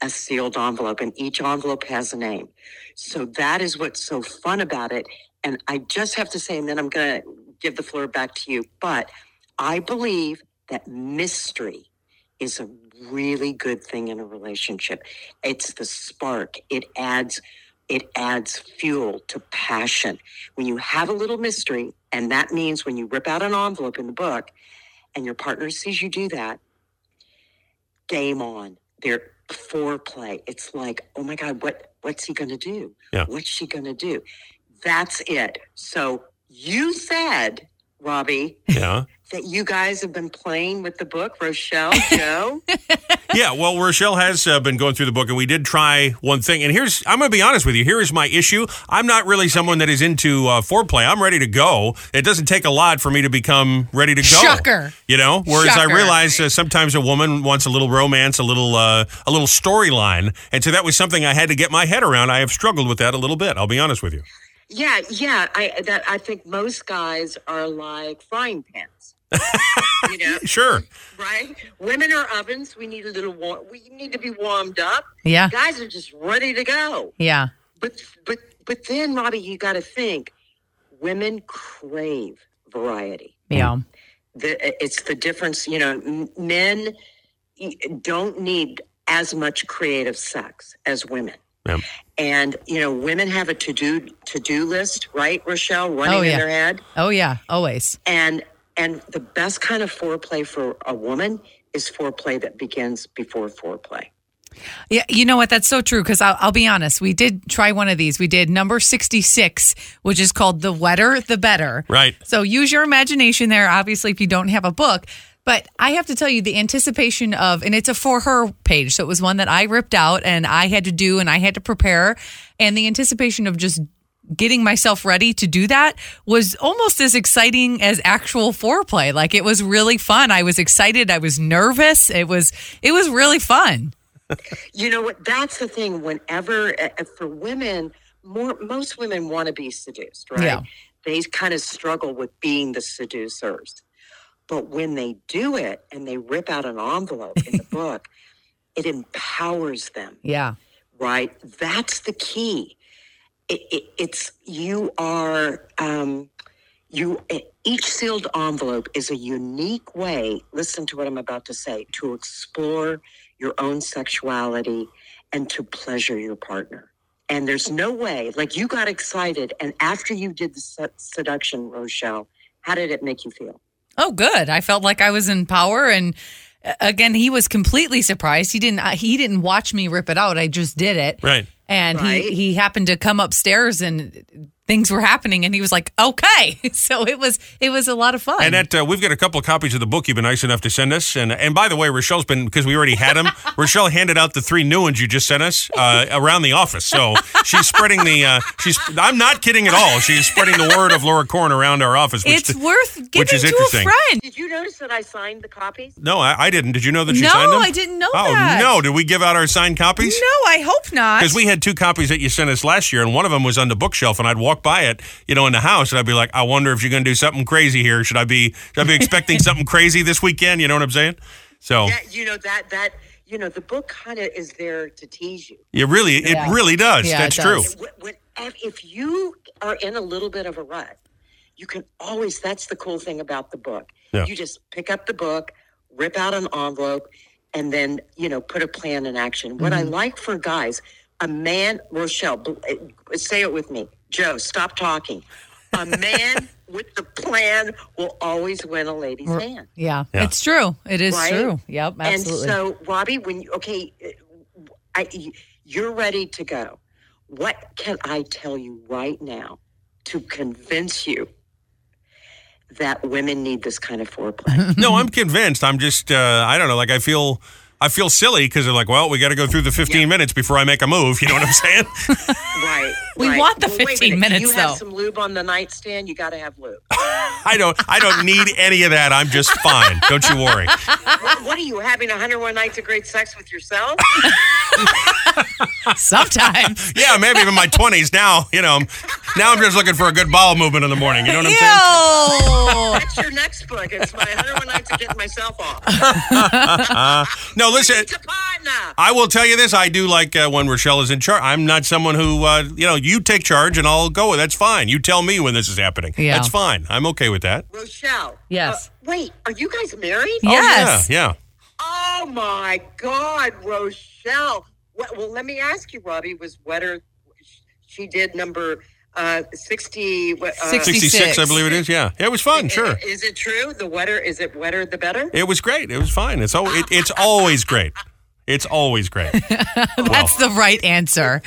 [SPEAKER 5] a sealed envelope, and each envelope has a name. So that is what's so fun about it. And I just have to say, and then I'm going to give the floor back to you, but I believe that mystery is a really good thing in a relationship. It's the spark. It adds it adds fuel to passion. When you have a little mystery, and that means when you rip out an envelope in the book and your partner sees you do that, game on. They're foreplay. It's like, oh my God, what what's he gonna do?
[SPEAKER 1] Yeah.
[SPEAKER 5] What's she gonna do? That's it. So you said, Robbie,
[SPEAKER 1] Yeah.
[SPEAKER 5] that you guys have been playing with the book, Rochelle, Joe.
[SPEAKER 1] Yeah, well, Rochelle has uh, been going through the book, and we did try one thing. And here's, I'm going to be honest with you. Here is my issue. I'm not really someone that is into uh, foreplay. I'm ready to go. It doesn't take a lot for me to become ready to go.
[SPEAKER 2] Shocker.
[SPEAKER 1] You know, whereas I
[SPEAKER 2] Shocker.
[SPEAKER 1] realize uh, sometimes a woman wants a little romance, a little, uh, a little storyline, and so that was something I had to get my head around. I have struggled with that a little bit. I'll be honest with you.
[SPEAKER 5] yeah, yeah. I that I think most guys are like frying pans. you know,
[SPEAKER 1] Sure.
[SPEAKER 5] right? Women are ovens. We need a little warm. We need to be warmed up.
[SPEAKER 2] Yeah.
[SPEAKER 5] Guys are just ready to go.
[SPEAKER 2] Yeah.
[SPEAKER 5] But but but then, Robbie, you got to think. Women crave variety.
[SPEAKER 2] Yeah.
[SPEAKER 5] the, it's the difference you know m- men e- don't need as much creative sex as women
[SPEAKER 1] Yep.
[SPEAKER 5] and you know women have a to-do to-do list right rochelle running
[SPEAKER 2] Oh, yeah.
[SPEAKER 5] in their head
[SPEAKER 2] Oh yeah. Always.
[SPEAKER 5] and and the best kind of foreplay for a woman is foreplay that begins before foreplay
[SPEAKER 2] Yeah, you know what? That's so true. Because I'll, I'll be honest, we did try one of these. We did number sixty-six, which is called "The Wetter, the Better."
[SPEAKER 1] Right.
[SPEAKER 2] So use your imagination there. Obviously, if you don't have a book, but I have to tell you, the anticipation of, and it's a for her page, so it was one that I ripped out and I had to do and I had to prepare, and the anticipation of just getting myself ready to do that was almost as exciting as actual foreplay like it was really fun i was excited i was nervous it was it was really fun
[SPEAKER 5] you know what that's the thing whenever uh, uh, for women more most women want to be seduced right
[SPEAKER 2] Yeah.
[SPEAKER 5] they kind of struggle with being the seducers but when they do it and they rip out an envelope in the book it empowers them
[SPEAKER 2] yeah
[SPEAKER 5] right that's the key it, it, it's you are um, you e, each sealed envelope is a unique way listen to what i'm about to say to explore your own sexuality and to pleasure your partner and there's no way like you got excited and after you did the se- seduction rochelle how did it make you feel
[SPEAKER 2] Oh, good. I felt like I was in power, and uh, again, he was completely surprised. He didn't. uh, He didn't watch me rip it out. I just did it.
[SPEAKER 1] Right.
[SPEAKER 2] And
[SPEAKER 5] Right.
[SPEAKER 2] he he happened to come upstairs, and things were happening, and he was like, "Okay." So it was it was a lot of fun.
[SPEAKER 1] And that uh, we've got a couple of copies of the book you've been nice enough to send us. And and by the way, Rochelle's been because we already had them. Rochelle handed out the three new ones you just sent us uh, around the office. So she's spreading the. Uh, she's. I'm not kidding at all. She's spreading the word of Laura Korn around our office. Which
[SPEAKER 2] it's
[SPEAKER 1] th-
[SPEAKER 2] worth giving
[SPEAKER 1] which is
[SPEAKER 2] to a
[SPEAKER 1] interesting.
[SPEAKER 2] friend.
[SPEAKER 5] did you notice that i signed the copies
[SPEAKER 1] no, I, I didn't. Did you know that you
[SPEAKER 2] No,
[SPEAKER 1] signed them?
[SPEAKER 2] I didn't know
[SPEAKER 1] Oh
[SPEAKER 2] that.
[SPEAKER 1] no! Did we give out our signed copies?
[SPEAKER 2] No, I hope not.
[SPEAKER 1] Because we had two copies that you sent us last year, and one of them was on the bookshelf, and I'd walk by it, you know, in the house, and I'd be like, "I wonder if you're going to do something crazy here. Should I be? Should I be expecting something crazy this weekend? You know what I'm saying? So
[SPEAKER 5] that you know that that you know the book kind of is there to tease you
[SPEAKER 1] It really, it
[SPEAKER 2] Yeah.
[SPEAKER 1] really does.
[SPEAKER 2] Yeah,
[SPEAKER 1] That's
[SPEAKER 2] it
[SPEAKER 1] true.
[SPEAKER 2] does.
[SPEAKER 5] Wh- when- if if you are in a little bit of a rut, you can always, that's the cool thing about the book.
[SPEAKER 1] Yeah.
[SPEAKER 5] You just pick up the book, rip out an envelope, and then, you know, put a plan in action. What
[SPEAKER 1] Mm-hmm.
[SPEAKER 5] I like for guys, a man, Rochelle, bl- eh, say it with me. Joe, stop talking. A man with the plan will always win a lady's hand.
[SPEAKER 2] yeah,
[SPEAKER 1] Yeah.
[SPEAKER 2] it's true. It is
[SPEAKER 5] Right?
[SPEAKER 2] true. Yep, absolutely.
[SPEAKER 5] And so, Robbie, when you, okay, I, you're ready to go. What can I tell you right now to convince you that women need this kind of foreplay?
[SPEAKER 1] No, I'm convinced. I'm just, uh, I don't know. Like I feel, I feel silly because they're like, well, we got to go through the 15 minutes before I make a move. You know what I'm saying?
[SPEAKER 5] right.
[SPEAKER 2] We
[SPEAKER 5] right.
[SPEAKER 2] want the
[SPEAKER 5] wait a
[SPEAKER 2] 15
[SPEAKER 5] minute.
[SPEAKER 2] minutes,
[SPEAKER 5] You have
[SPEAKER 2] though.
[SPEAKER 5] some lube on the nightstand. You got to have lube.
[SPEAKER 1] I don't, I don't need any of that. I'm just fine. Don't you worry.
[SPEAKER 5] what, what are you having? 101 nights of great sex with yourself?
[SPEAKER 2] Sometimes.
[SPEAKER 1] Yeah, maybe in my 20s now. You know, now I'm just looking for a good bowel movement in the morning. You know what I'm saying?
[SPEAKER 2] Ew.
[SPEAKER 5] That's your next book. It's my 101 nights of getting myself off.
[SPEAKER 1] No, listen.
[SPEAKER 5] It's a pie, partner.
[SPEAKER 1] I will tell you this: I do like uh, when Rochelle is in charge. I'm not someone who, uh, you know, you take charge and I'll go. That's fine. You tell me when this is happening.
[SPEAKER 2] Yeah.
[SPEAKER 1] That's fine. I'm okay with that.
[SPEAKER 5] Rochelle.
[SPEAKER 2] Yes.
[SPEAKER 5] Uh, wait, are you guys married?
[SPEAKER 2] yes.
[SPEAKER 1] Yeah.
[SPEAKER 5] Oh my God, Rochelle. Well, well, let me ask you, Robbie, was wetter. She did number uh, 60. what, Uh,
[SPEAKER 1] yeah.
[SPEAKER 2] 60.
[SPEAKER 1] 66, I believe it is. Yeah. Yeah, It was fun. Sure.
[SPEAKER 5] Is it true? The wetter, is it wetter, the better?
[SPEAKER 1] It was great. It was fine. It's al- it, it's always great. It's always great.
[SPEAKER 2] That's the right answer.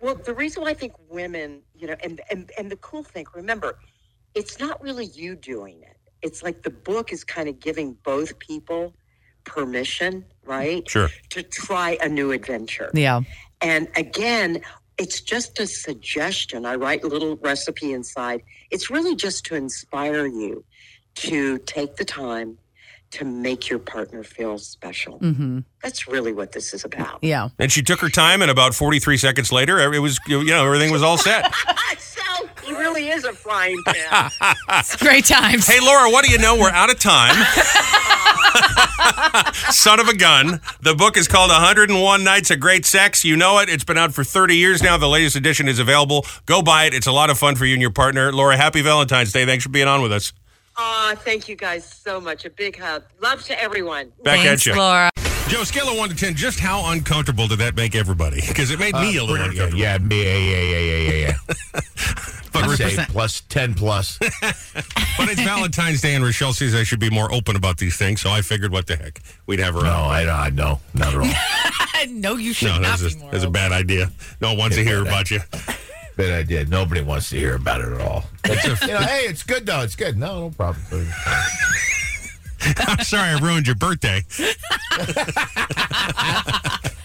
[SPEAKER 5] Well, the reason why I think women, you know, and, and, and the cool thing, remember, it's not really you doing it. It's like the book is kind of giving both people permission, right?
[SPEAKER 1] Sure.
[SPEAKER 5] To try a new adventure.
[SPEAKER 2] Yeah.
[SPEAKER 5] And again, it's just a suggestion. I write a little recipe inside. It's really just to inspire you to take the time to make your partner feel special.
[SPEAKER 2] hmm
[SPEAKER 5] That's really what this is about.
[SPEAKER 2] Yeah.
[SPEAKER 1] And she took her time, and about 43 seconds later, it was you know everything was all set.
[SPEAKER 5] Ah, so he really is a frying pan.
[SPEAKER 2] It's great times.
[SPEAKER 1] Hey, Laura, what do you know? We're out of time. Son of a gun. The book is called 101 Nights of Great Sex. You know it. It's been out for 30 years now. The latest edition is available. Go buy it. It's a lot of fun for you and your partner. Laura, happy Valentine's Day. Thanks for being on with us.
[SPEAKER 5] Aw, thank you guys so much. A big hug. Love to everyone.
[SPEAKER 1] Back at
[SPEAKER 2] Thanks,
[SPEAKER 1] you.
[SPEAKER 2] Laura.
[SPEAKER 1] Joe, scale of 1 to 10, just how uncomfortable did that make everybody? Because it made me a little
[SPEAKER 3] Pretty good.
[SPEAKER 1] uncomfortable.
[SPEAKER 3] Yeah, me- yeah, yeah, yeah, yeah, yeah, yeah. But we say plus ten plus.
[SPEAKER 1] But it's Valentine's Day, and Rochelle says I should be more open about these things, so I figured what the heck. We'd have her
[SPEAKER 3] No,
[SPEAKER 1] on.
[SPEAKER 3] I, I no, not at all.
[SPEAKER 2] no, you should
[SPEAKER 1] No,
[SPEAKER 2] not
[SPEAKER 1] that's
[SPEAKER 2] be
[SPEAKER 1] a,
[SPEAKER 2] more.
[SPEAKER 1] that's a bad idea. No one wants to hear about you.
[SPEAKER 3] But I did. Nobody wants to hear about it at all. That's a, you know, hey, it's good though. It's good. No, no problem.
[SPEAKER 1] I'm sorry I ruined your birthday.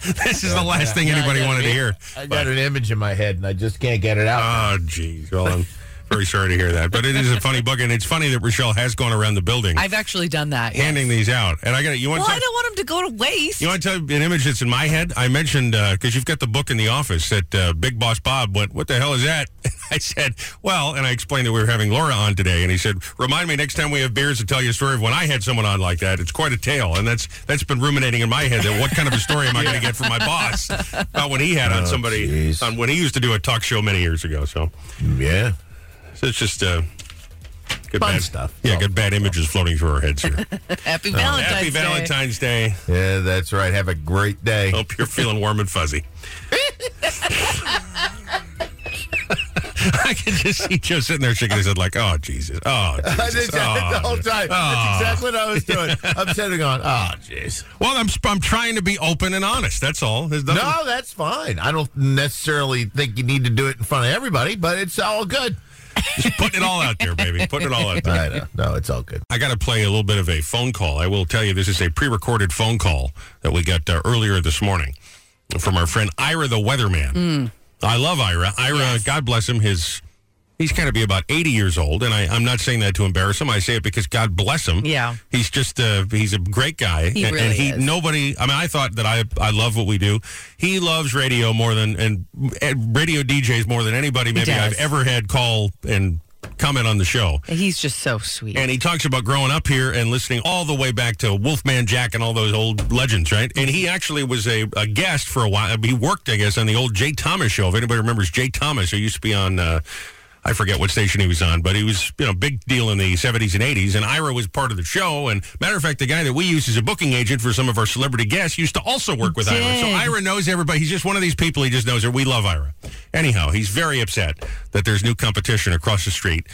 [SPEAKER 1] this is the last thing anybody wanted to hear.
[SPEAKER 3] I got an image in my head and I just can't get it out.
[SPEAKER 1] Oh, geez. Well, I'm very sorry to hear that. But it is a funny book, and it's funny that Rochelle has gone around the building
[SPEAKER 2] I've actually done that. yeah.
[SPEAKER 1] handing these out. And I got you want
[SPEAKER 2] Well,
[SPEAKER 1] to
[SPEAKER 2] I don't want them to go to waste.
[SPEAKER 1] you want to tell an image that's in my head? I mentioned because you've got the book in the office that uh, Big Boss Bob went, "What the hell is that?" I said, "Well," and I explained that we were having Laura on today, and he said, "Remind me next time we have beers to tell you a story of when I had someone on like that. It's quite a tale, and that's that's been ruminating in my head. That what kind of a story am I going to get from my boss about when he had on somebody
[SPEAKER 3] geez.
[SPEAKER 1] on when he used to do a talk show many years ago? So,
[SPEAKER 3] Yeah.
[SPEAKER 1] so it's just uh, good
[SPEAKER 3] Fun
[SPEAKER 1] bad
[SPEAKER 3] stuff.
[SPEAKER 1] Yeah, good bad images floating through our heads here.
[SPEAKER 2] Happy Valentine's
[SPEAKER 1] Happy
[SPEAKER 2] Day.
[SPEAKER 1] Valentine's Day.
[SPEAKER 3] Yeah, that's right. Have a great day.
[SPEAKER 1] Hope you're feeling warm and fuzzy. I can just see Joe sitting there shaking his head like, oh, Jesus. Oh,
[SPEAKER 3] I
[SPEAKER 1] Jesus.
[SPEAKER 3] did that the
[SPEAKER 1] Oh.
[SPEAKER 3] whole time.
[SPEAKER 1] Oh.
[SPEAKER 3] That's exactly what I was doing. I'm sitting on. Oh, jeez.
[SPEAKER 1] Well, I'm, sp- I'm trying to be open and honest. That's all. There's nothing-
[SPEAKER 3] No, that's fine. I don't necessarily think you need to do it in front of everybody, but it's all good.
[SPEAKER 1] Just putting it all out there, baby. Putting it all out there.
[SPEAKER 3] I know. No, it's all good.
[SPEAKER 1] I got to play a little bit of a phone call. I will tell you, this is a pre recorded phone call that we got uh, earlier this morning from our friend Ira the Weatherman.
[SPEAKER 2] Hmm.
[SPEAKER 1] I love Ira. Ira, God bless him, his. He's got to be about 80 years old, and I, I'm not saying that to embarrass him. I say it because God bless him.
[SPEAKER 2] Yeah.
[SPEAKER 1] He's just, uh, he's a great guy.
[SPEAKER 2] He
[SPEAKER 1] and, and
[SPEAKER 2] really
[SPEAKER 1] he,
[SPEAKER 2] is.
[SPEAKER 1] nobody, I mean, I thought that I, I love what we do. He loves radio more than, and, and radio DJs more than anybody maybe I've
[SPEAKER 2] does.
[SPEAKER 1] ever had call and comment on the show.
[SPEAKER 2] He's just so sweet.
[SPEAKER 1] And he talks about growing up here and listening all the way back to Wolfman Jack and all those old legends, right? And he actually was a, a guest for a while. He worked, I guess, on the old Jay Thomas show. If anybody remembers Jay Thomas, who used to be on, uh, I forget what station he was on, but he was, you know, big deal in the 70s and 80s. And Ira was part of the show. And matter of fact, the guy that we use as a booking agent for some of our celebrity guests used to also work with Ira. So
[SPEAKER 2] did.
[SPEAKER 1] Ira knows everybody. He's just one of these people. He just knows her. We love Ira. Anyhow, he's very upset that there's new competition across the street.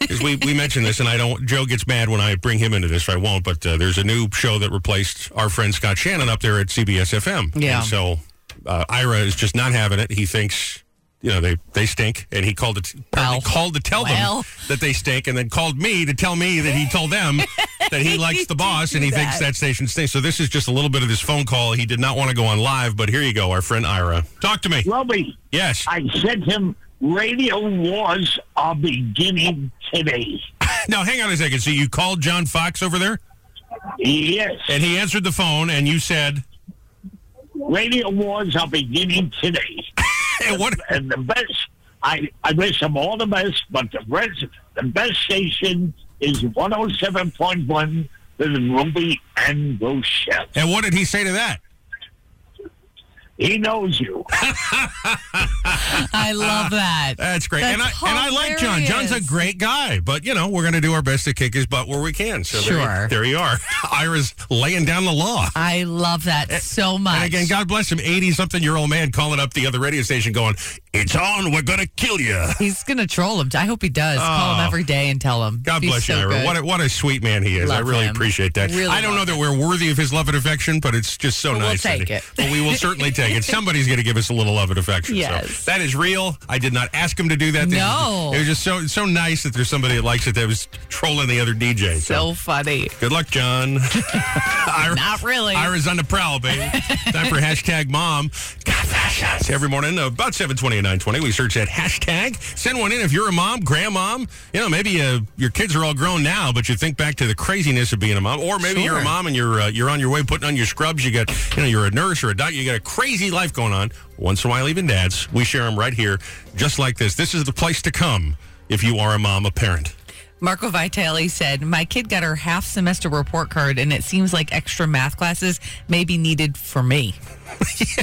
[SPEAKER 1] Because we, we mentioned this, and I don't. Joe gets mad when I bring him into this. I won't. But uh, there's a new show that replaced our friend Scott Shannon up there at CBS FM.
[SPEAKER 2] Yeah.
[SPEAKER 1] And so uh, Ira is just not having it. He thinks you know they, they stink, and he called it
[SPEAKER 2] Well.
[SPEAKER 1] called to tell
[SPEAKER 2] Well.
[SPEAKER 1] them that they stink, and then called me to tell me that he told them that he likes the boss, and he
[SPEAKER 2] do
[SPEAKER 1] thinks
[SPEAKER 2] that.
[SPEAKER 1] that station stinks. So this is just a little bit of this phone call. He did not want to go on live, but here you go, our friend Ira. Talk to me.
[SPEAKER 6] Robbie,
[SPEAKER 1] yes.
[SPEAKER 6] I sent him radio wars are beginning today.
[SPEAKER 1] now hang on a second. So you called John Fox over there,
[SPEAKER 6] Yes,
[SPEAKER 1] and he answered the phone, and you said.
[SPEAKER 6] radio wars are beginning today.
[SPEAKER 1] And what?
[SPEAKER 6] And the best, I, I wish them all oh the best, but the, rest, the best station is 107.1 with Ruby and Rochelle.
[SPEAKER 1] And what did he say to that?
[SPEAKER 6] He knows you.
[SPEAKER 2] I
[SPEAKER 1] ah,
[SPEAKER 2] love that.
[SPEAKER 1] That's great. and I
[SPEAKER 2] That's
[SPEAKER 1] and I like John. John's a
[SPEAKER 2] hilarious.
[SPEAKER 1] great guy, but you know, we're going to do our best to kick his butt where we can. So there you-
[SPEAKER 2] Sure.
[SPEAKER 1] there you are. Ira's laying down the law.
[SPEAKER 2] I love that so much.
[SPEAKER 1] And again, God bless him, 80 something year old man calling up the other radio station going, It's on, we're going to kill you.
[SPEAKER 2] He's gonna troll him. I hope he does. Call him every day and tell him.
[SPEAKER 1] Ah. God
[SPEAKER 2] He's
[SPEAKER 1] bless
[SPEAKER 2] so
[SPEAKER 1] you, Ira.
[SPEAKER 2] good.
[SPEAKER 1] What a, what a sweet man he is. I
[SPEAKER 2] Love
[SPEAKER 1] really
[SPEAKER 2] him.
[SPEAKER 1] appreciate that.
[SPEAKER 2] Really
[SPEAKER 1] I don't know
[SPEAKER 2] love
[SPEAKER 1] that we're worthy of his love and affection, but it's just so
[SPEAKER 2] But we'll
[SPEAKER 1] nice. that
[SPEAKER 2] take
[SPEAKER 1] he-
[SPEAKER 2] it.
[SPEAKER 1] But we will certainly take it. Somebody's going to give us a little love and affection.
[SPEAKER 2] Yes.
[SPEAKER 1] So that is real. I did not ask him to do that. This is-
[SPEAKER 2] No.
[SPEAKER 1] It was just so so nice that there's somebody that likes it that was trolling the other DJ.
[SPEAKER 2] so funny.
[SPEAKER 1] good luck, John. Ira,
[SPEAKER 2] Not really.
[SPEAKER 1] Ira's on the prowl, baby. Time for hashtag mom. God bless us. Every morning, uh, about 720 and 920, we search that hashtag. Send one in if you're a mom, grandmom. You know, maybe uh, your kids are all grown now, but you think back to the craziness of being a mom. Or maybe you're a
[SPEAKER 2] Sure.
[SPEAKER 1] mom and you're uh, you're on your way putting on your scrubs. You got, you know, you're a nurse or a doctor. You got a crazy life going on. Once in a while, even dads, we share them right here, just like this. This is the place to come if you are a mom, a parent.
[SPEAKER 2] Marco Vitale said, My kid got her half semester report card, and it seems like extra math classes may be needed for me.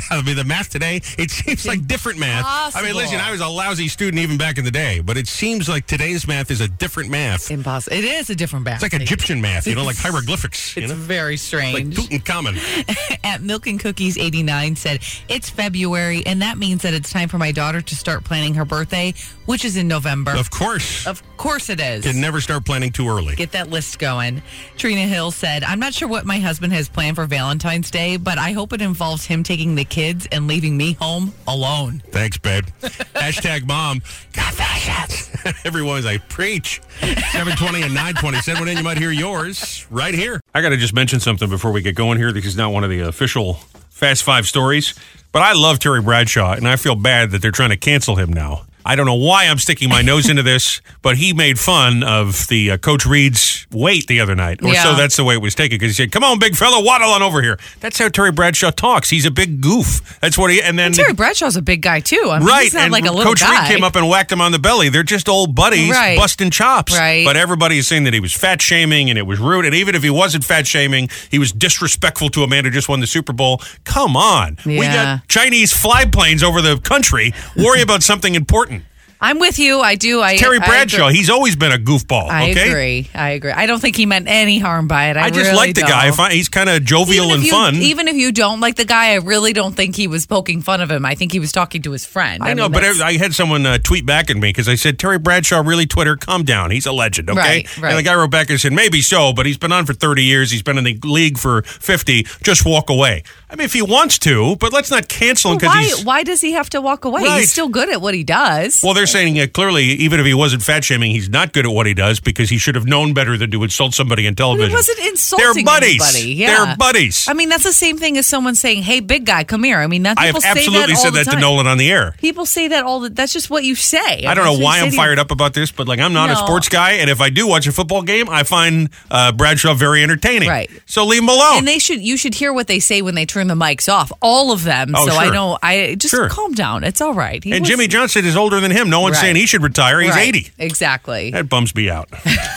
[SPEAKER 1] I mean, the math today, it seems like different math. I mean, listen,
[SPEAKER 2] impossible.
[SPEAKER 1] I was a lousy student even back in the day, but it seems like today's math is a different math. It's
[SPEAKER 2] Impossible. It is a different math.
[SPEAKER 1] like Egyptian math, you know, like hieroglyphics, you
[SPEAKER 2] It's
[SPEAKER 1] know?
[SPEAKER 2] very
[SPEAKER 1] Like
[SPEAKER 2] strange.
[SPEAKER 1] Tutankhamun.
[SPEAKER 2] At Milk and Cookies 89 said, It's February, and that means that it's time for my daughter to start planning her birthday, which is in November.
[SPEAKER 1] Of course.
[SPEAKER 2] Of course it is.
[SPEAKER 1] Can never start planning too early.
[SPEAKER 2] Get that list going. Trina Hill said, I'm not sure what my husband has planned for Valentine's Day, but I hope it involves him taking the kids and leaving me home alone.
[SPEAKER 1] Thanks, babe. Hashtag mom. God, yes. Everyone's like, preach. 720 and 920. Send one in. You might hear yours right here. I got to just mention something before we get going here. This is not one of the official Fast Five stories, but I love Terry Bradshaw, and I feel bad that they're trying to cancel him now. I don't know why I'm sticking my nose into this, but he made fun of the uh, Coach Reed's weight the other night. Or so
[SPEAKER 2] Yeah.
[SPEAKER 1] that's the way it was taken because he said, Come on, big fella, waddle on over here. That's how Terry Bradshaw talks. He's a big goof. That's what he, and then
[SPEAKER 2] Terry Bradshaw's a big guy, too. I mean,
[SPEAKER 1] Right.
[SPEAKER 2] He's not
[SPEAKER 1] and
[SPEAKER 2] like a little
[SPEAKER 1] Coach
[SPEAKER 2] guy.
[SPEAKER 1] Reed came up and whacked him on the belly. They're just old buddies
[SPEAKER 2] Right.
[SPEAKER 1] busting chops.
[SPEAKER 2] Right.
[SPEAKER 1] But everybody's saying that he was fat shaming and it was rude. And even if he wasn't fat shaming, he was disrespectful to a man who just won the Super Bowl. Come on. We
[SPEAKER 2] Yeah.
[SPEAKER 1] got Chinese fly planes over the country. Worry about something important.
[SPEAKER 2] I'm with you. I do. I
[SPEAKER 1] Terry
[SPEAKER 2] I
[SPEAKER 1] Bradshaw,
[SPEAKER 2] agree.
[SPEAKER 1] he's always been a goofball.
[SPEAKER 2] I
[SPEAKER 1] okay.
[SPEAKER 2] agree. I agree. I don't think he meant any harm by it. I,
[SPEAKER 1] I just
[SPEAKER 2] really
[SPEAKER 1] like the
[SPEAKER 2] don't.
[SPEAKER 1] guy. I find he's kind of jovial
[SPEAKER 2] Even if
[SPEAKER 1] and
[SPEAKER 2] you-
[SPEAKER 1] fun.
[SPEAKER 2] Even if you don't like the guy, I really don't think he was poking fun of him. I think he was talking to his friend.
[SPEAKER 1] I know,
[SPEAKER 2] mean,
[SPEAKER 1] but
[SPEAKER 2] that's-
[SPEAKER 1] I, I had someone uh, tweet back at me because I said Terry Bradshaw really Twitter, calm down, he's a legend, okay?
[SPEAKER 2] Right,
[SPEAKER 1] And the
[SPEAKER 2] right.
[SPEAKER 1] guy wrote back and said maybe so, but he's been on for thirty years, he's been in the league for fifty. Just walk away. I mean, if he wants to, but let's not cancel him
[SPEAKER 2] But
[SPEAKER 1] because
[SPEAKER 2] why?
[SPEAKER 1] he's.
[SPEAKER 2] Why does he have to walk away?
[SPEAKER 1] Right.
[SPEAKER 2] He's still good at what he does.
[SPEAKER 1] Well, they're saying uh, clearly, even if he wasn't fat shaming, he's not good at what he does because he should have known better than to insult somebody on
[SPEAKER 2] But
[SPEAKER 1] television.
[SPEAKER 2] It wasn't insulting
[SPEAKER 1] They're buddies.
[SPEAKER 2] anybody. Yeah.
[SPEAKER 1] They're buddies.
[SPEAKER 2] I mean, that's the same thing as someone saying, "Hey, big guy, come here." I mean, that
[SPEAKER 1] I have
[SPEAKER 2] people say
[SPEAKER 1] absolutely
[SPEAKER 2] that all
[SPEAKER 1] said
[SPEAKER 2] the
[SPEAKER 1] that to
[SPEAKER 2] time.
[SPEAKER 1] Nolan on the air.
[SPEAKER 2] People say that all the. That's just what you say.
[SPEAKER 1] I don't know why I'm fired up about this, but like I'm not a
[SPEAKER 2] No.
[SPEAKER 1] sports guy, and if I do watch a football game, I find uh, Bradshaw very entertaining.
[SPEAKER 2] Right.
[SPEAKER 1] So leave him alone.
[SPEAKER 2] And they should. You should hear what they say when they turn the mics off. All of them.
[SPEAKER 1] Oh,
[SPEAKER 2] so I
[SPEAKER 1] sure.
[SPEAKER 2] don't. I just
[SPEAKER 1] Sure.
[SPEAKER 2] calm down. It's all right. He
[SPEAKER 1] And
[SPEAKER 2] was-
[SPEAKER 1] Jimmy Johnson is older than him. No one's
[SPEAKER 2] Right.
[SPEAKER 1] saying he should retire. He's
[SPEAKER 2] Right.
[SPEAKER 1] 80.
[SPEAKER 2] Exactly.
[SPEAKER 1] That bums me out.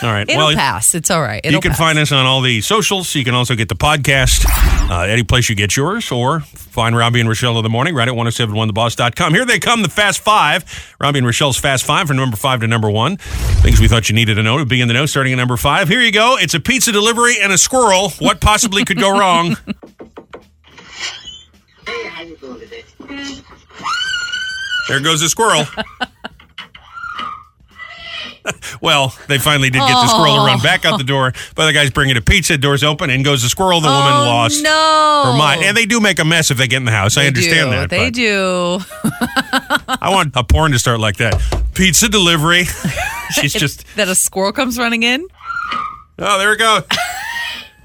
[SPEAKER 1] All right.
[SPEAKER 2] It'll
[SPEAKER 1] well,
[SPEAKER 2] pass. It's all right. It'll
[SPEAKER 1] you can
[SPEAKER 2] pass.
[SPEAKER 1] find us on all the socials. You can also get the podcast uh, any place you get yours, or find Robbie and Rochelle in the morning right at 1071theboss.com. Here they come, the Fast Five. Robbie and Rochelle's Fast Five from number five to number one. Things we thought you needed to know to be in the know starting at number five. Here you go. It's a pizza delivery and a squirrel. What possibly could go wrong?
[SPEAKER 5] Hey, how you doing today?
[SPEAKER 1] There goes the squirrel. well, they finally did get the squirrel to run back out the door, but the guy's bringing a pizza. Doors open, in goes the squirrel. The woman
[SPEAKER 2] Oh,
[SPEAKER 1] lost
[SPEAKER 2] no.
[SPEAKER 1] her mind, and they do make a mess if they get in the house. I
[SPEAKER 2] They
[SPEAKER 1] understand
[SPEAKER 2] do.
[SPEAKER 1] that.
[SPEAKER 2] They
[SPEAKER 1] but
[SPEAKER 2] do.
[SPEAKER 1] I want a porn to start like that. Pizza delivery. She's just
[SPEAKER 2] That a squirrel comes running in.
[SPEAKER 1] oh, there we go.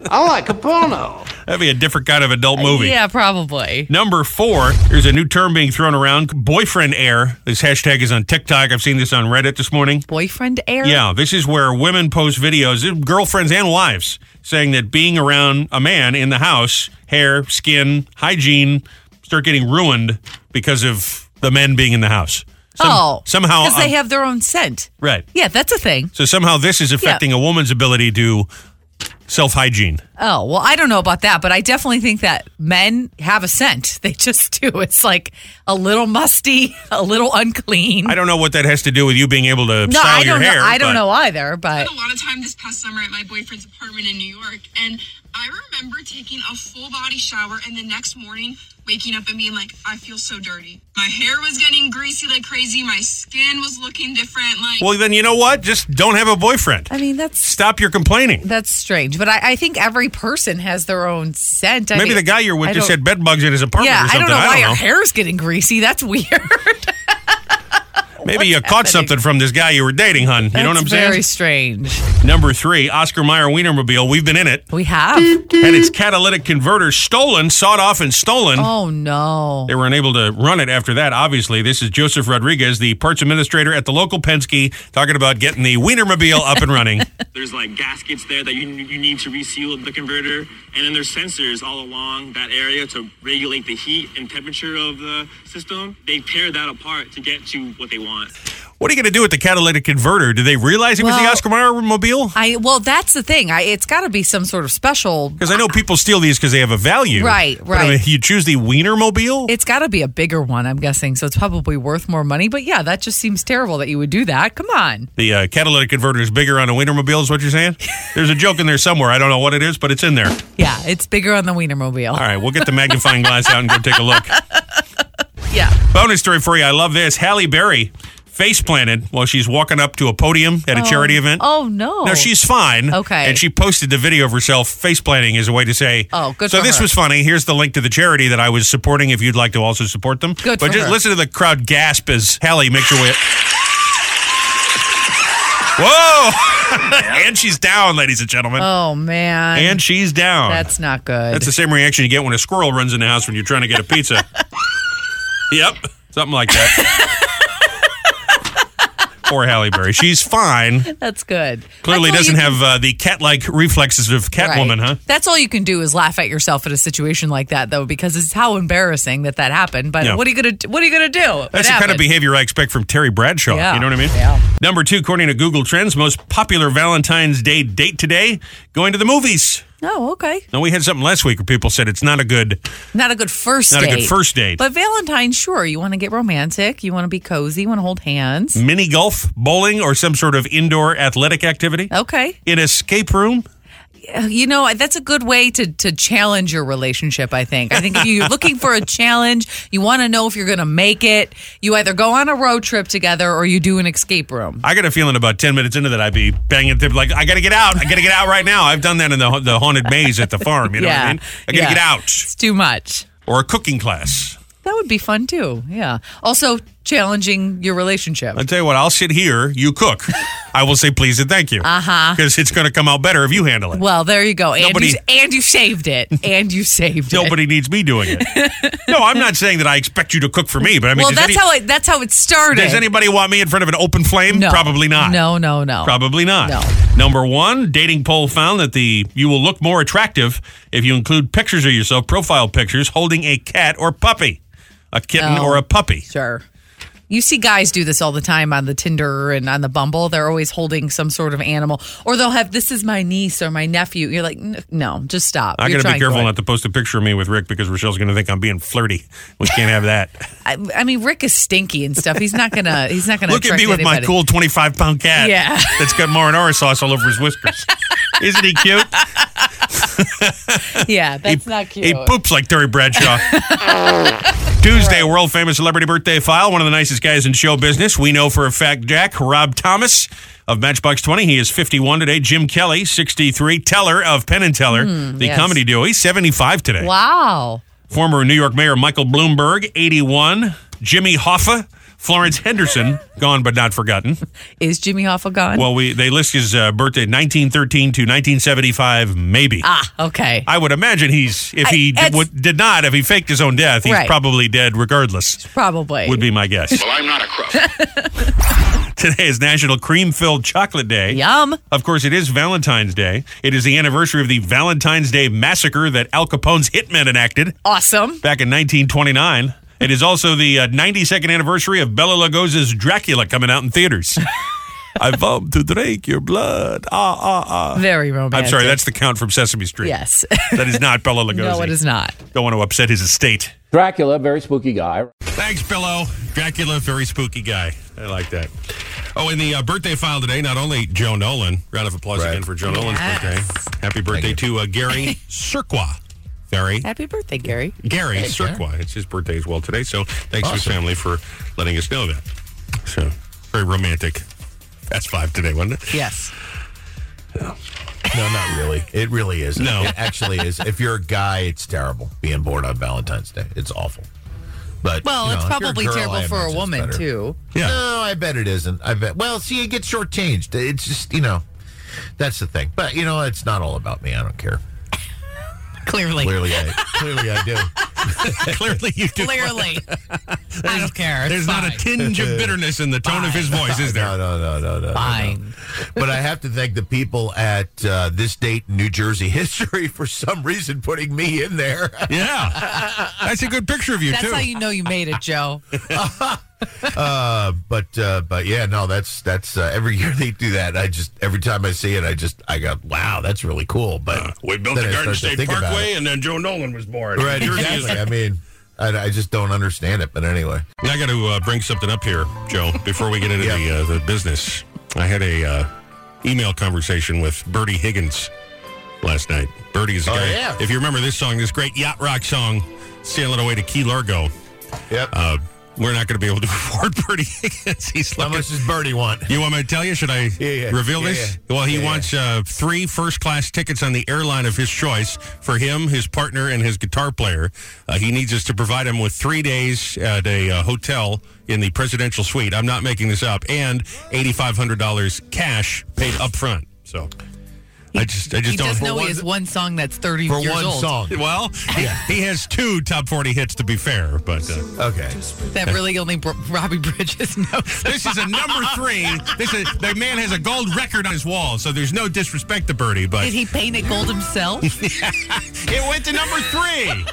[SPEAKER 7] I like Capono.
[SPEAKER 1] That'd be a different kind of adult movie.
[SPEAKER 2] Uh, Yeah, probably.
[SPEAKER 1] Number four, there's a new term being thrown around boyfriend air. This hashtag is on TikTok. I've seen this on Reddit this morning.
[SPEAKER 2] Boyfriend air.
[SPEAKER 1] Yeah, this is where women post videos, uh, girlfriends and wives, saying that being around a man in the house, hair, skin, hygiene start getting ruined because of the men being in the house. Some-
[SPEAKER 2] oh,
[SPEAKER 1] somehow
[SPEAKER 2] because
[SPEAKER 1] um,
[SPEAKER 2] they have their own scent.
[SPEAKER 1] right.
[SPEAKER 2] Yeah, that's a thing.
[SPEAKER 1] So somehow this is affecting a woman's ability to self hygiene.
[SPEAKER 2] Oh, well, I don't know about that, but I definitely think that men have a scent. They just do. It's like a little musty, a little unclean.
[SPEAKER 1] I don't know what that has to do with you being able to
[SPEAKER 2] no,
[SPEAKER 1] style
[SPEAKER 2] I
[SPEAKER 1] your
[SPEAKER 2] don't
[SPEAKER 1] hair.
[SPEAKER 2] know. I don't
[SPEAKER 1] but-
[SPEAKER 2] know either, but
[SPEAKER 8] spent a lot of time this past summer at my boyfriend's apartment in New York, and I remember taking a full body shower and the next morning waking up and being like, I feel so dirty. My hair was getting greasy like crazy. My skin was looking different. Like,
[SPEAKER 1] Well, then you know what? Just don't have a boyfriend.
[SPEAKER 2] I mean that's
[SPEAKER 1] Stop your complaining.
[SPEAKER 2] that's strange. But I, I think every person has their own scent. I
[SPEAKER 1] Maybe
[SPEAKER 2] mean,
[SPEAKER 1] the guy you're with
[SPEAKER 2] I
[SPEAKER 1] just
[SPEAKER 2] don't-
[SPEAKER 1] had bed bugs in his apartment
[SPEAKER 2] Yeah,
[SPEAKER 1] or
[SPEAKER 2] I
[SPEAKER 1] something.
[SPEAKER 2] don't know why
[SPEAKER 1] I
[SPEAKER 2] your
[SPEAKER 1] don't know.
[SPEAKER 2] hair's getting greasy. That's weird.
[SPEAKER 1] Maybe you caught
[SPEAKER 2] happening?
[SPEAKER 1] something from this guy you were dating, hun. You know what I'm
[SPEAKER 2] That's Very
[SPEAKER 1] saying?
[SPEAKER 2] strange.
[SPEAKER 1] Number three, Oscar Mayer Wienermobile. We've been in it.
[SPEAKER 2] We have.
[SPEAKER 1] Had its catalytic converter stolen, sawed off, and stolen.
[SPEAKER 2] oh no.
[SPEAKER 1] They were unable to run it after that, obviously. This is Joseph Rodriguez, the parts administrator at the local Penske, talking about getting the Wienermobile up and running.
[SPEAKER 9] There's like gaskets there that you, you need to reseal the converter, and then there's sensors all along that area to regulate the heat and temperature of the system. They tear that apart to get to what they want.
[SPEAKER 1] What are you going to do with the catalytic converter? Did they realize it was the
[SPEAKER 2] Well-
[SPEAKER 1] Oscar Mayer mobile?
[SPEAKER 2] I well, that's the thing. I, it's got to be some sort of special.
[SPEAKER 1] Because I know people steal these because they have a value.
[SPEAKER 2] Right,
[SPEAKER 1] But I mean,
[SPEAKER 2] right.
[SPEAKER 1] you choose the Wienermobile?
[SPEAKER 2] It's got to be a bigger one, I'm guessing. So it's probably worth more money. But yeah, that just seems terrible that you would do that. Come on.
[SPEAKER 1] the uh, catalytic converter is bigger on a Wienermobile, is what you're saying? There's a joke in there somewhere. I don't know what it is, but it's in there.
[SPEAKER 2] Yeah, it's bigger on the Wienermobile.
[SPEAKER 1] All right, we'll get the magnifying glass out and go take a look.
[SPEAKER 2] Yeah.
[SPEAKER 1] Bonus story for you. I love this. Halle Berry face planted while she's walking up to a podium at a charity event.
[SPEAKER 2] Oh no.
[SPEAKER 1] Now she's fine.
[SPEAKER 2] Okay.
[SPEAKER 1] And she posted the video of herself face planting as a way to say,
[SPEAKER 2] Oh, good
[SPEAKER 1] So
[SPEAKER 2] for
[SPEAKER 1] this
[SPEAKER 2] her."
[SPEAKER 1] was funny. Here's the link to the charity that I was supporting. If you'd like to also support them,
[SPEAKER 2] Good
[SPEAKER 1] But
[SPEAKER 2] for
[SPEAKER 1] just
[SPEAKER 2] her.
[SPEAKER 1] listen to the crowd gasp as Hallie makes her way. Whoa! and she's down, ladies and gentlemen.
[SPEAKER 2] Oh man.
[SPEAKER 1] and she's down.
[SPEAKER 2] that's not good.
[SPEAKER 1] That's the same reaction you get when a squirrel runs in the house when you're trying to get a pizza. yep, something like that. Poor Halle Berry. She's fine.
[SPEAKER 2] That's good.
[SPEAKER 1] Clearly
[SPEAKER 2] That's all
[SPEAKER 1] doesn't
[SPEAKER 2] you
[SPEAKER 1] have uh, the cat-like reflexes of
[SPEAKER 2] can-
[SPEAKER 1] Catwoman,
[SPEAKER 2] Right.
[SPEAKER 1] huh?
[SPEAKER 2] That's all you can do is laugh at yourself at a situation like that, though, because it's how embarrassing that that happened. But
[SPEAKER 1] Yeah.
[SPEAKER 2] what are you gonna do- What are you gonna do? It
[SPEAKER 1] That's the kind of
[SPEAKER 2] happened.
[SPEAKER 1] behavior I expect from Terry Bradshaw.
[SPEAKER 2] Yeah.
[SPEAKER 1] You know what I mean?
[SPEAKER 2] Yeah.
[SPEAKER 1] Number two, according to Google Trends, most popular Valentine's Day date today: going to the movies.
[SPEAKER 2] Oh, okay.
[SPEAKER 1] Now we had something last week where people said it's not a good,
[SPEAKER 2] Not a good first.
[SPEAKER 1] not
[SPEAKER 2] date.
[SPEAKER 1] a good first date.
[SPEAKER 2] But Valentine's, sure, you want to get romantic, you want to be cozy, you want to hold hands.
[SPEAKER 1] Mini golf, bowling, or some sort of indoor athletic activity.
[SPEAKER 2] Okay,
[SPEAKER 1] An escape room.
[SPEAKER 2] you know that's a good way to to challenge your relationship. I think. I think if you're looking for a challenge, you want to know if you're going to make it. You either go on a road trip together or you do an escape room.
[SPEAKER 1] I got a feeling about 10 minutes into that, I'd be banging, they'd be like, I got to get out. I got to get out right now. I've done that in the, the haunted maze at the farm. You know what I
[SPEAKER 2] Yeah.
[SPEAKER 1] mean? I got to
[SPEAKER 2] Yeah.
[SPEAKER 1] get out.
[SPEAKER 2] It's too much.
[SPEAKER 1] Or a cooking class.
[SPEAKER 2] That would be fun too. Yeah. Also challenging your relationship.
[SPEAKER 1] I'll tell you what, I'll sit here. You cook. I will say please and thank you. Uh
[SPEAKER 2] Uh-huh.
[SPEAKER 1] huh. Because it's going to come out better if you handle it.
[SPEAKER 2] Well, there you go. And
[SPEAKER 1] Nobody-
[SPEAKER 2] you, and you saved it. And you saved it.
[SPEAKER 1] Nobody needs me doing it. no, I'm not saying that I expect you to cook for me, but I mean,
[SPEAKER 2] well,
[SPEAKER 1] does,
[SPEAKER 2] that's
[SPEAKER 1] any-
[SPEAKER 2] how it, that's how it started.
[SPEAKER 1] does anybody want me in front of an open flame?
[SPEAKER 2] No.
[SPEAKER 1] Probably not.
[SPEAKER 2] No, no, no.
[SPEAKER 1] Probably not.
[SPEAKER 2] No.
[SPEAKER 1] Number one, dating poll found that the you will look more attractive if you include pictures of yourself, profile pictures, holding a cat or puppy, a kitten
[SPEAKER 2] No.
[SPEAKER 1] or a puppy.
[SPEAKER 2] Sure. You see guys do this all the time on the Tinder and on the Bumble. They're always holding some sort of animal, or they'll have this is my niece or my nephew. You're like, "N- no, just stop.
[SPEAKER 1] I got to
[SPEAKER 2] You're
[SPEAKER 1] be
[SPEAKER 2] trying
[SPEAKER 1] careful
[SPEAKER 2] good."
[SPEAKER 1] not to post a picture of me with Rick because Rochelle's going to think I'm being flirty. We can't have that.
[SPEAKER 2] I, I mean, Rick is stinky and stuff. He's not gonna. He's not gonna.
[SPEAKER 1] Look at me
[SPEAKER 2] attract
[SPEAKER 1] with my
[SPEAKER 2] anybody.
[SPEAKER 1] cool 25 pound cat
[SPEAKER 2] Yeah.
[SPEAKER 1] that's got marinara sauce all over his whiskers. Isn't he cute?
[SPEAKER 2] Yeah, that's not cute.
[SPEAKER 1] He poops like Terry Bradshaw. Tuesday, world famous celebrity birthday file. One of the nicest guys in show business. We know for a fact, Jack Rob Thomas of Matchbox Twenty. He is fifty-one today. Jim Kelly, sixty-three. Teller of Penn and Teller, the
[SPEAKER 2] Hmm, yes.
[SPEAKER 1] comedy duo. He's seventy-five today.
[SPEAKER 2] wow.
[SPEAKER 1] Former New York Mayor Michael Bloomberg, eighty-one. Jimmy Hoffa. Florence Henderson, gone but not forgotten.
[SPEAKER 2] Is Jimmy Hoffa gone?
[SPEAKER 1] Well, we they list his uh, birthday 1913 to 1975, maybe.
[SPEAKER 2] ah, okay.
[SPEAKER 1] I would imagine he's if he
[SPEAKER 2] I-
[SPEAKER 1] did, would, did not if he faked his own death, he's
[SPEAKER 2] Right.
[SPEAKER 1] probably dead regardless.
[SPEAKER 2] Probably
[SPEAKER 1] Would be my guess.
[SPEAKER 9] Well, I'm not a crook.
[SPEAKER 1] Today is National Cream Filled Chocolate Day.
[SPEAKER 2] Yum.
[SPEAKER 1] Of course, it is Valentine's Day. It is the anniversary of the Valentine's Day massacre that Al Capone's hitmen enacted
[SPEAKER 2] Awesome.
[SPEAKER 1] back in 1929. It is also the uh, 92nd anniversary of Bela Lugosi's Dracula coming out in theaters. I vow to drink your blood. Ah, ah, ah.
[SPEAKER 2] Very romantic.
[SPEAKER 1] I'm sorry, that's the count from Sesame Street.
[SPEAKER 2] Yes.
[SPEAKER 1] That is not Bella Lugosi.
[SPEAKER 2] no, it is not.
[SPEAKER 1] Don't want to upset his estate.
[SPEAKER 7] Dracula, very spooky guy.
[SPEAKER 1] Thanks, Pillow. Dracula, very spooky guy. I like that. Oh, in the uh, birthday file today, not only Joe Nolan, round of applause
[SPEAKER 3] Right.
[SPEAKER 1] again for Joe Nolan's
[SPEAKER 2] Yes.
[SPEAKER 1] birthday. Happy birthday to uh, Gary Sirqua. Gary,
[SPEAKER 2] Happy birthday, Gary.
[SPEAKER 1] Gary
[SPEAKER 3] Hey, Gary.
[SPEAKER 1] Sirqua. It's his birthday as well today. So thanks to his
[SPEAKER 3] Awesome.
[SPEAKER 1] family for letting us know that. So very romantic. That's five today, wasn't it?
[SPEAKER 2] Yes.
[SPEAKER 3] No, not really. It really is.
[SPEAKER 1] No.
[SPEAKER 3] it actually is. If you're a guy, it's terrible being born on Valentine's Day. It's awful. But
[SPEAKER 2] Well,
[SPEAKER 3] you know,
[SPEAKER 2] it's
[SPEAKER 3] if you're a
[SPEAKER 2] probably
[SPEAKER 3] girl, I
[SPEAKER 2] terrible for
[SPEAKER 3] imagine
[SPEAKER 2] a
[SPEAKER 3] it's
[SPEAKER 2] woman
[SPEAKER 3] better.
[SPEAKER 2] too.
[SPEAKER 1] Yeah.
[SPEAKER 3] No, I bet it isn't. I bet. Well, see, you get shortchanged. It's just you know, that's the thing. But you know, it's not all about me. I don't care.
[SPEAKER 2] Clearly.
[SPEAKER 3] Clearly, I clearly I do.
[SPEAKER 1] Clearly, you do.
[SPEAKER 2] Clearly. I don't care. It's
[SPEAKER 1] There's not a
[SPEAKER 2] fine.
[SPEAKER 1] tinge of bitterness in the tone of his voice, is there?
[SPEAKER 3] No, no, no, no, no, no.
[SPEAKER 2] Fine.
[SPEAKER 3] But I have to thank the people at uh, this date in New Jersey history for some reason putting me in there.
[SPEAKER 1] Yeah. That's a good picture of you,
[SPEAKER 2] That's
[SPEAKER 1] too.
[SPEAKER 2] how you know you made it, Joe.
[SPEAKER 3] Uh, but uh, but yeah, no, that's that's uh, every year they do that. I just every time I see it, I just I go, wow, that's really cool. But
[SPEAKER 1] Uh, We built
[SPEAKER 3] then
[SPEAKER 1] the
[SPEAKER 3] I
[SPEAKER 1] Garden
[SPEAKER 3] start
[SPEAKER 1] State
[SPEAKER 3] to think about
[SPEAKER 1] Parkway,
[SPEAKER 3] it.
[SPEAKER 1] and then Joe Nolan was born.
[SPEAKER 3] right?
[SPEAKER 1] Jersey is-
[SPEAKER 3] Exactly. I mean, I, I just don't understand it. But anyway,
[SPEAKER 1] I got to uh, bring something up here, Joe, before we get into the, uh, the business. I had a uh, email conversation with Bertie Higgins last night. Bertie is a
[SPEAKER 3] Oh,
[SPEAKER 1] guy.
[SPEAKER 3] yeah.
[SPEAKER 1] If you remember this song, this great yacht rock song, "Sailing Away to Key Largo,"
[SPEAKER 3] yep.
[SPEAKER 1] uh, we're not going to be able to afford Bertie Higgins. He's
[SPEAKER 3] How
[SPEAKER 1] looking-
[SPEAKER 3] much does Birdie want?
[SPEAKER 1] You want me to tell you? Should I
[SPEAKER 3] Yeah, yeah.
[SPEAKER 1] reveal
[SPEAKER 3] Yeah,
[SPEAKER 1] this?
[SPEAKER 3] yeah.
[SPEAKER 1] Well, he
[SPEAKER 3] Yeah, yeah.
[SPEAKER 1] wants Uh, three first class tickets on the airline of his choice for him, his partner, and his guitar player. Uh, he needs us to provide him with three days at a uh, hotel in the presidential suite. I'm not making this up, and $8,500 cash paid up front. So I just, I just
[SPEAKER 2] He
[SPEAKER 1] don't
[SPEAKER 2] does know
[SPEAKER 1] Well,
[SPEAKER 2] he has one song that's 30
[SPEAKER 3] For
[SPEAKER 2] years
[SPEAKER 3] one
[SPEAKER 2] old
[SPEAKER 3] song.
[SPEAKER 1] Well, he- he has two top 40 hits, to be fair, but. Uh,
[SPEAKER 3] Okay.
[SPEAKER 2] that really only Bro- Robbie Bridges knows.
[SPEAKER 1] This is a number three. This is the man has a gold record on his wall, so there's no disrespect to Birdie, but
[SPEAKER 2] Did he paint it gold himself?
[SPEAKER 1] It went to number three.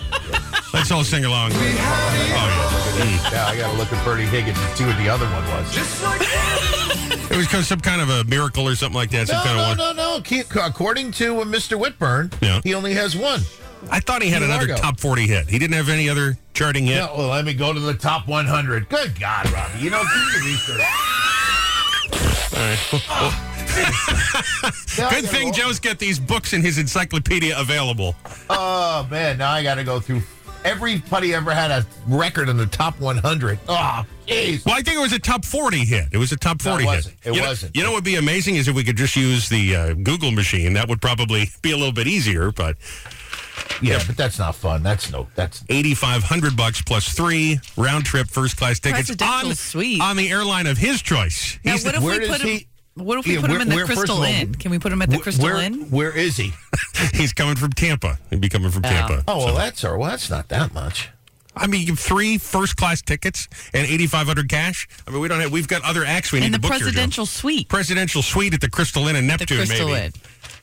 [SPEAKER 1] Let's all sing along. Oh,
[SPEAKER 3] Now I got to look at Birdie Higgins to see what the other one was.
[SPEAKER 1] yeah. It was 'cause some kind of a miracle or something like that. Some
[SPEAKER 3] no,
[SPEAKER 1] kind
[SPEAKER 3] no,
[SPEAKER 1] of
[SPEAKER 3] no, no. Keep, according to uh, Mr. Whitburn,
[SPEAKER 1] Yeah.
[SPEAKER 3] he only has one.
[SPEAKER 1] one. I thought he had
[SPEAKER 3] Key
[SPEAKER 1] another
[SPEAKER 3] Largo.
[SPEAKER 1] top 40 hit. He didn't have any other charting hit.
[SPEAKER 3] No, well, let me go to the top 100. Good God, Robbie. You know, do your research. Now I
[SPEAKER 1] Good
[SPEAKER 3] gotta
[SPEAKER 1] thing
[SPEAKER 3] go-
[SPEAKER 1] Joe's got these books in his encyclopedia available.
[SPEAKER 3] Oh, man. Now I got to go through. Everybody ever had a record in the top 100. Oh, jeez.
[SPEAKER 1] Well, I think it was a top 40 hit. It was a top
[SPEAKER 3] No,
[SPEAKER 1] 40
[SPEAKER 3] it
[SPEAKER 1] hit.
[SPEAKER 3] wasn't. It
[SPEAKER 1] you know,
[SPEAKER 3] wasn't.
[SPEAKER 1] You know what would be amazing is if we could just use the uh, Google machine. That would probably be a little bit easier, but
[SPEAKER 3] Yeah, but that's not fun. That's no, that's
[SPEAKER 1] 8500 bucks plus 3 round trip first class tickets
[SPEAKER 2] Presidential
[SPEAKER 1] on
[SPEAKER 2] suite.
[SPEAKER 1] on the airline of his choice.
[SPEAKER 2] now,
[SPEAKER 1] He's the-
[SPEAKER 2] what if we
[SPEAKER 3] where does
[SPEAKER 2] put him?
[SPEAKER 3] he-
[SPEAKER 2] What if we
[SPEAKER 3] Yeah,
[SPEAKER 2] put
[SPEAKER 3] where-
[SPEAKER 2] him in the
[SPEAKER 3] where- first
[SPEAKER 2] Crystal
[SPEAKER 3] of all,
[SPEAKER 2] Inn? Can we put him at the
[SPEAKER 3] Wh-
[SPEAKER 2] Crystal
[SPEAKER 3] where,
[SPEAKER 2] Inn?
[SPEAKER 3] Where is he?
[SPEAKER 1] He's coming from Tampa. He'd be coming from Tampa.
[SPEAKER 3] Oh, well,
[SPEAKER 1] So,
[SPEAKER 3] that's all. Well, that's not that much.
[SPEAKER 1] I mean, three first class tickets and eighty five hundred cash. I mean, we don't have. We've got other acts we need
[SPEAKER 2] In the
[SPEAKER 1] to book here, Joe.
[SPEAKER 2] presidential suite.
[SPEAKER 1] presidential suite at the Crystal Inn in
[SPEAKER 2] The
[SPEAKER 1] Neptune.
[SPEAKER 2] Crystal
[SPEAKER 1] maybe
[SPEAKER 2] Inn.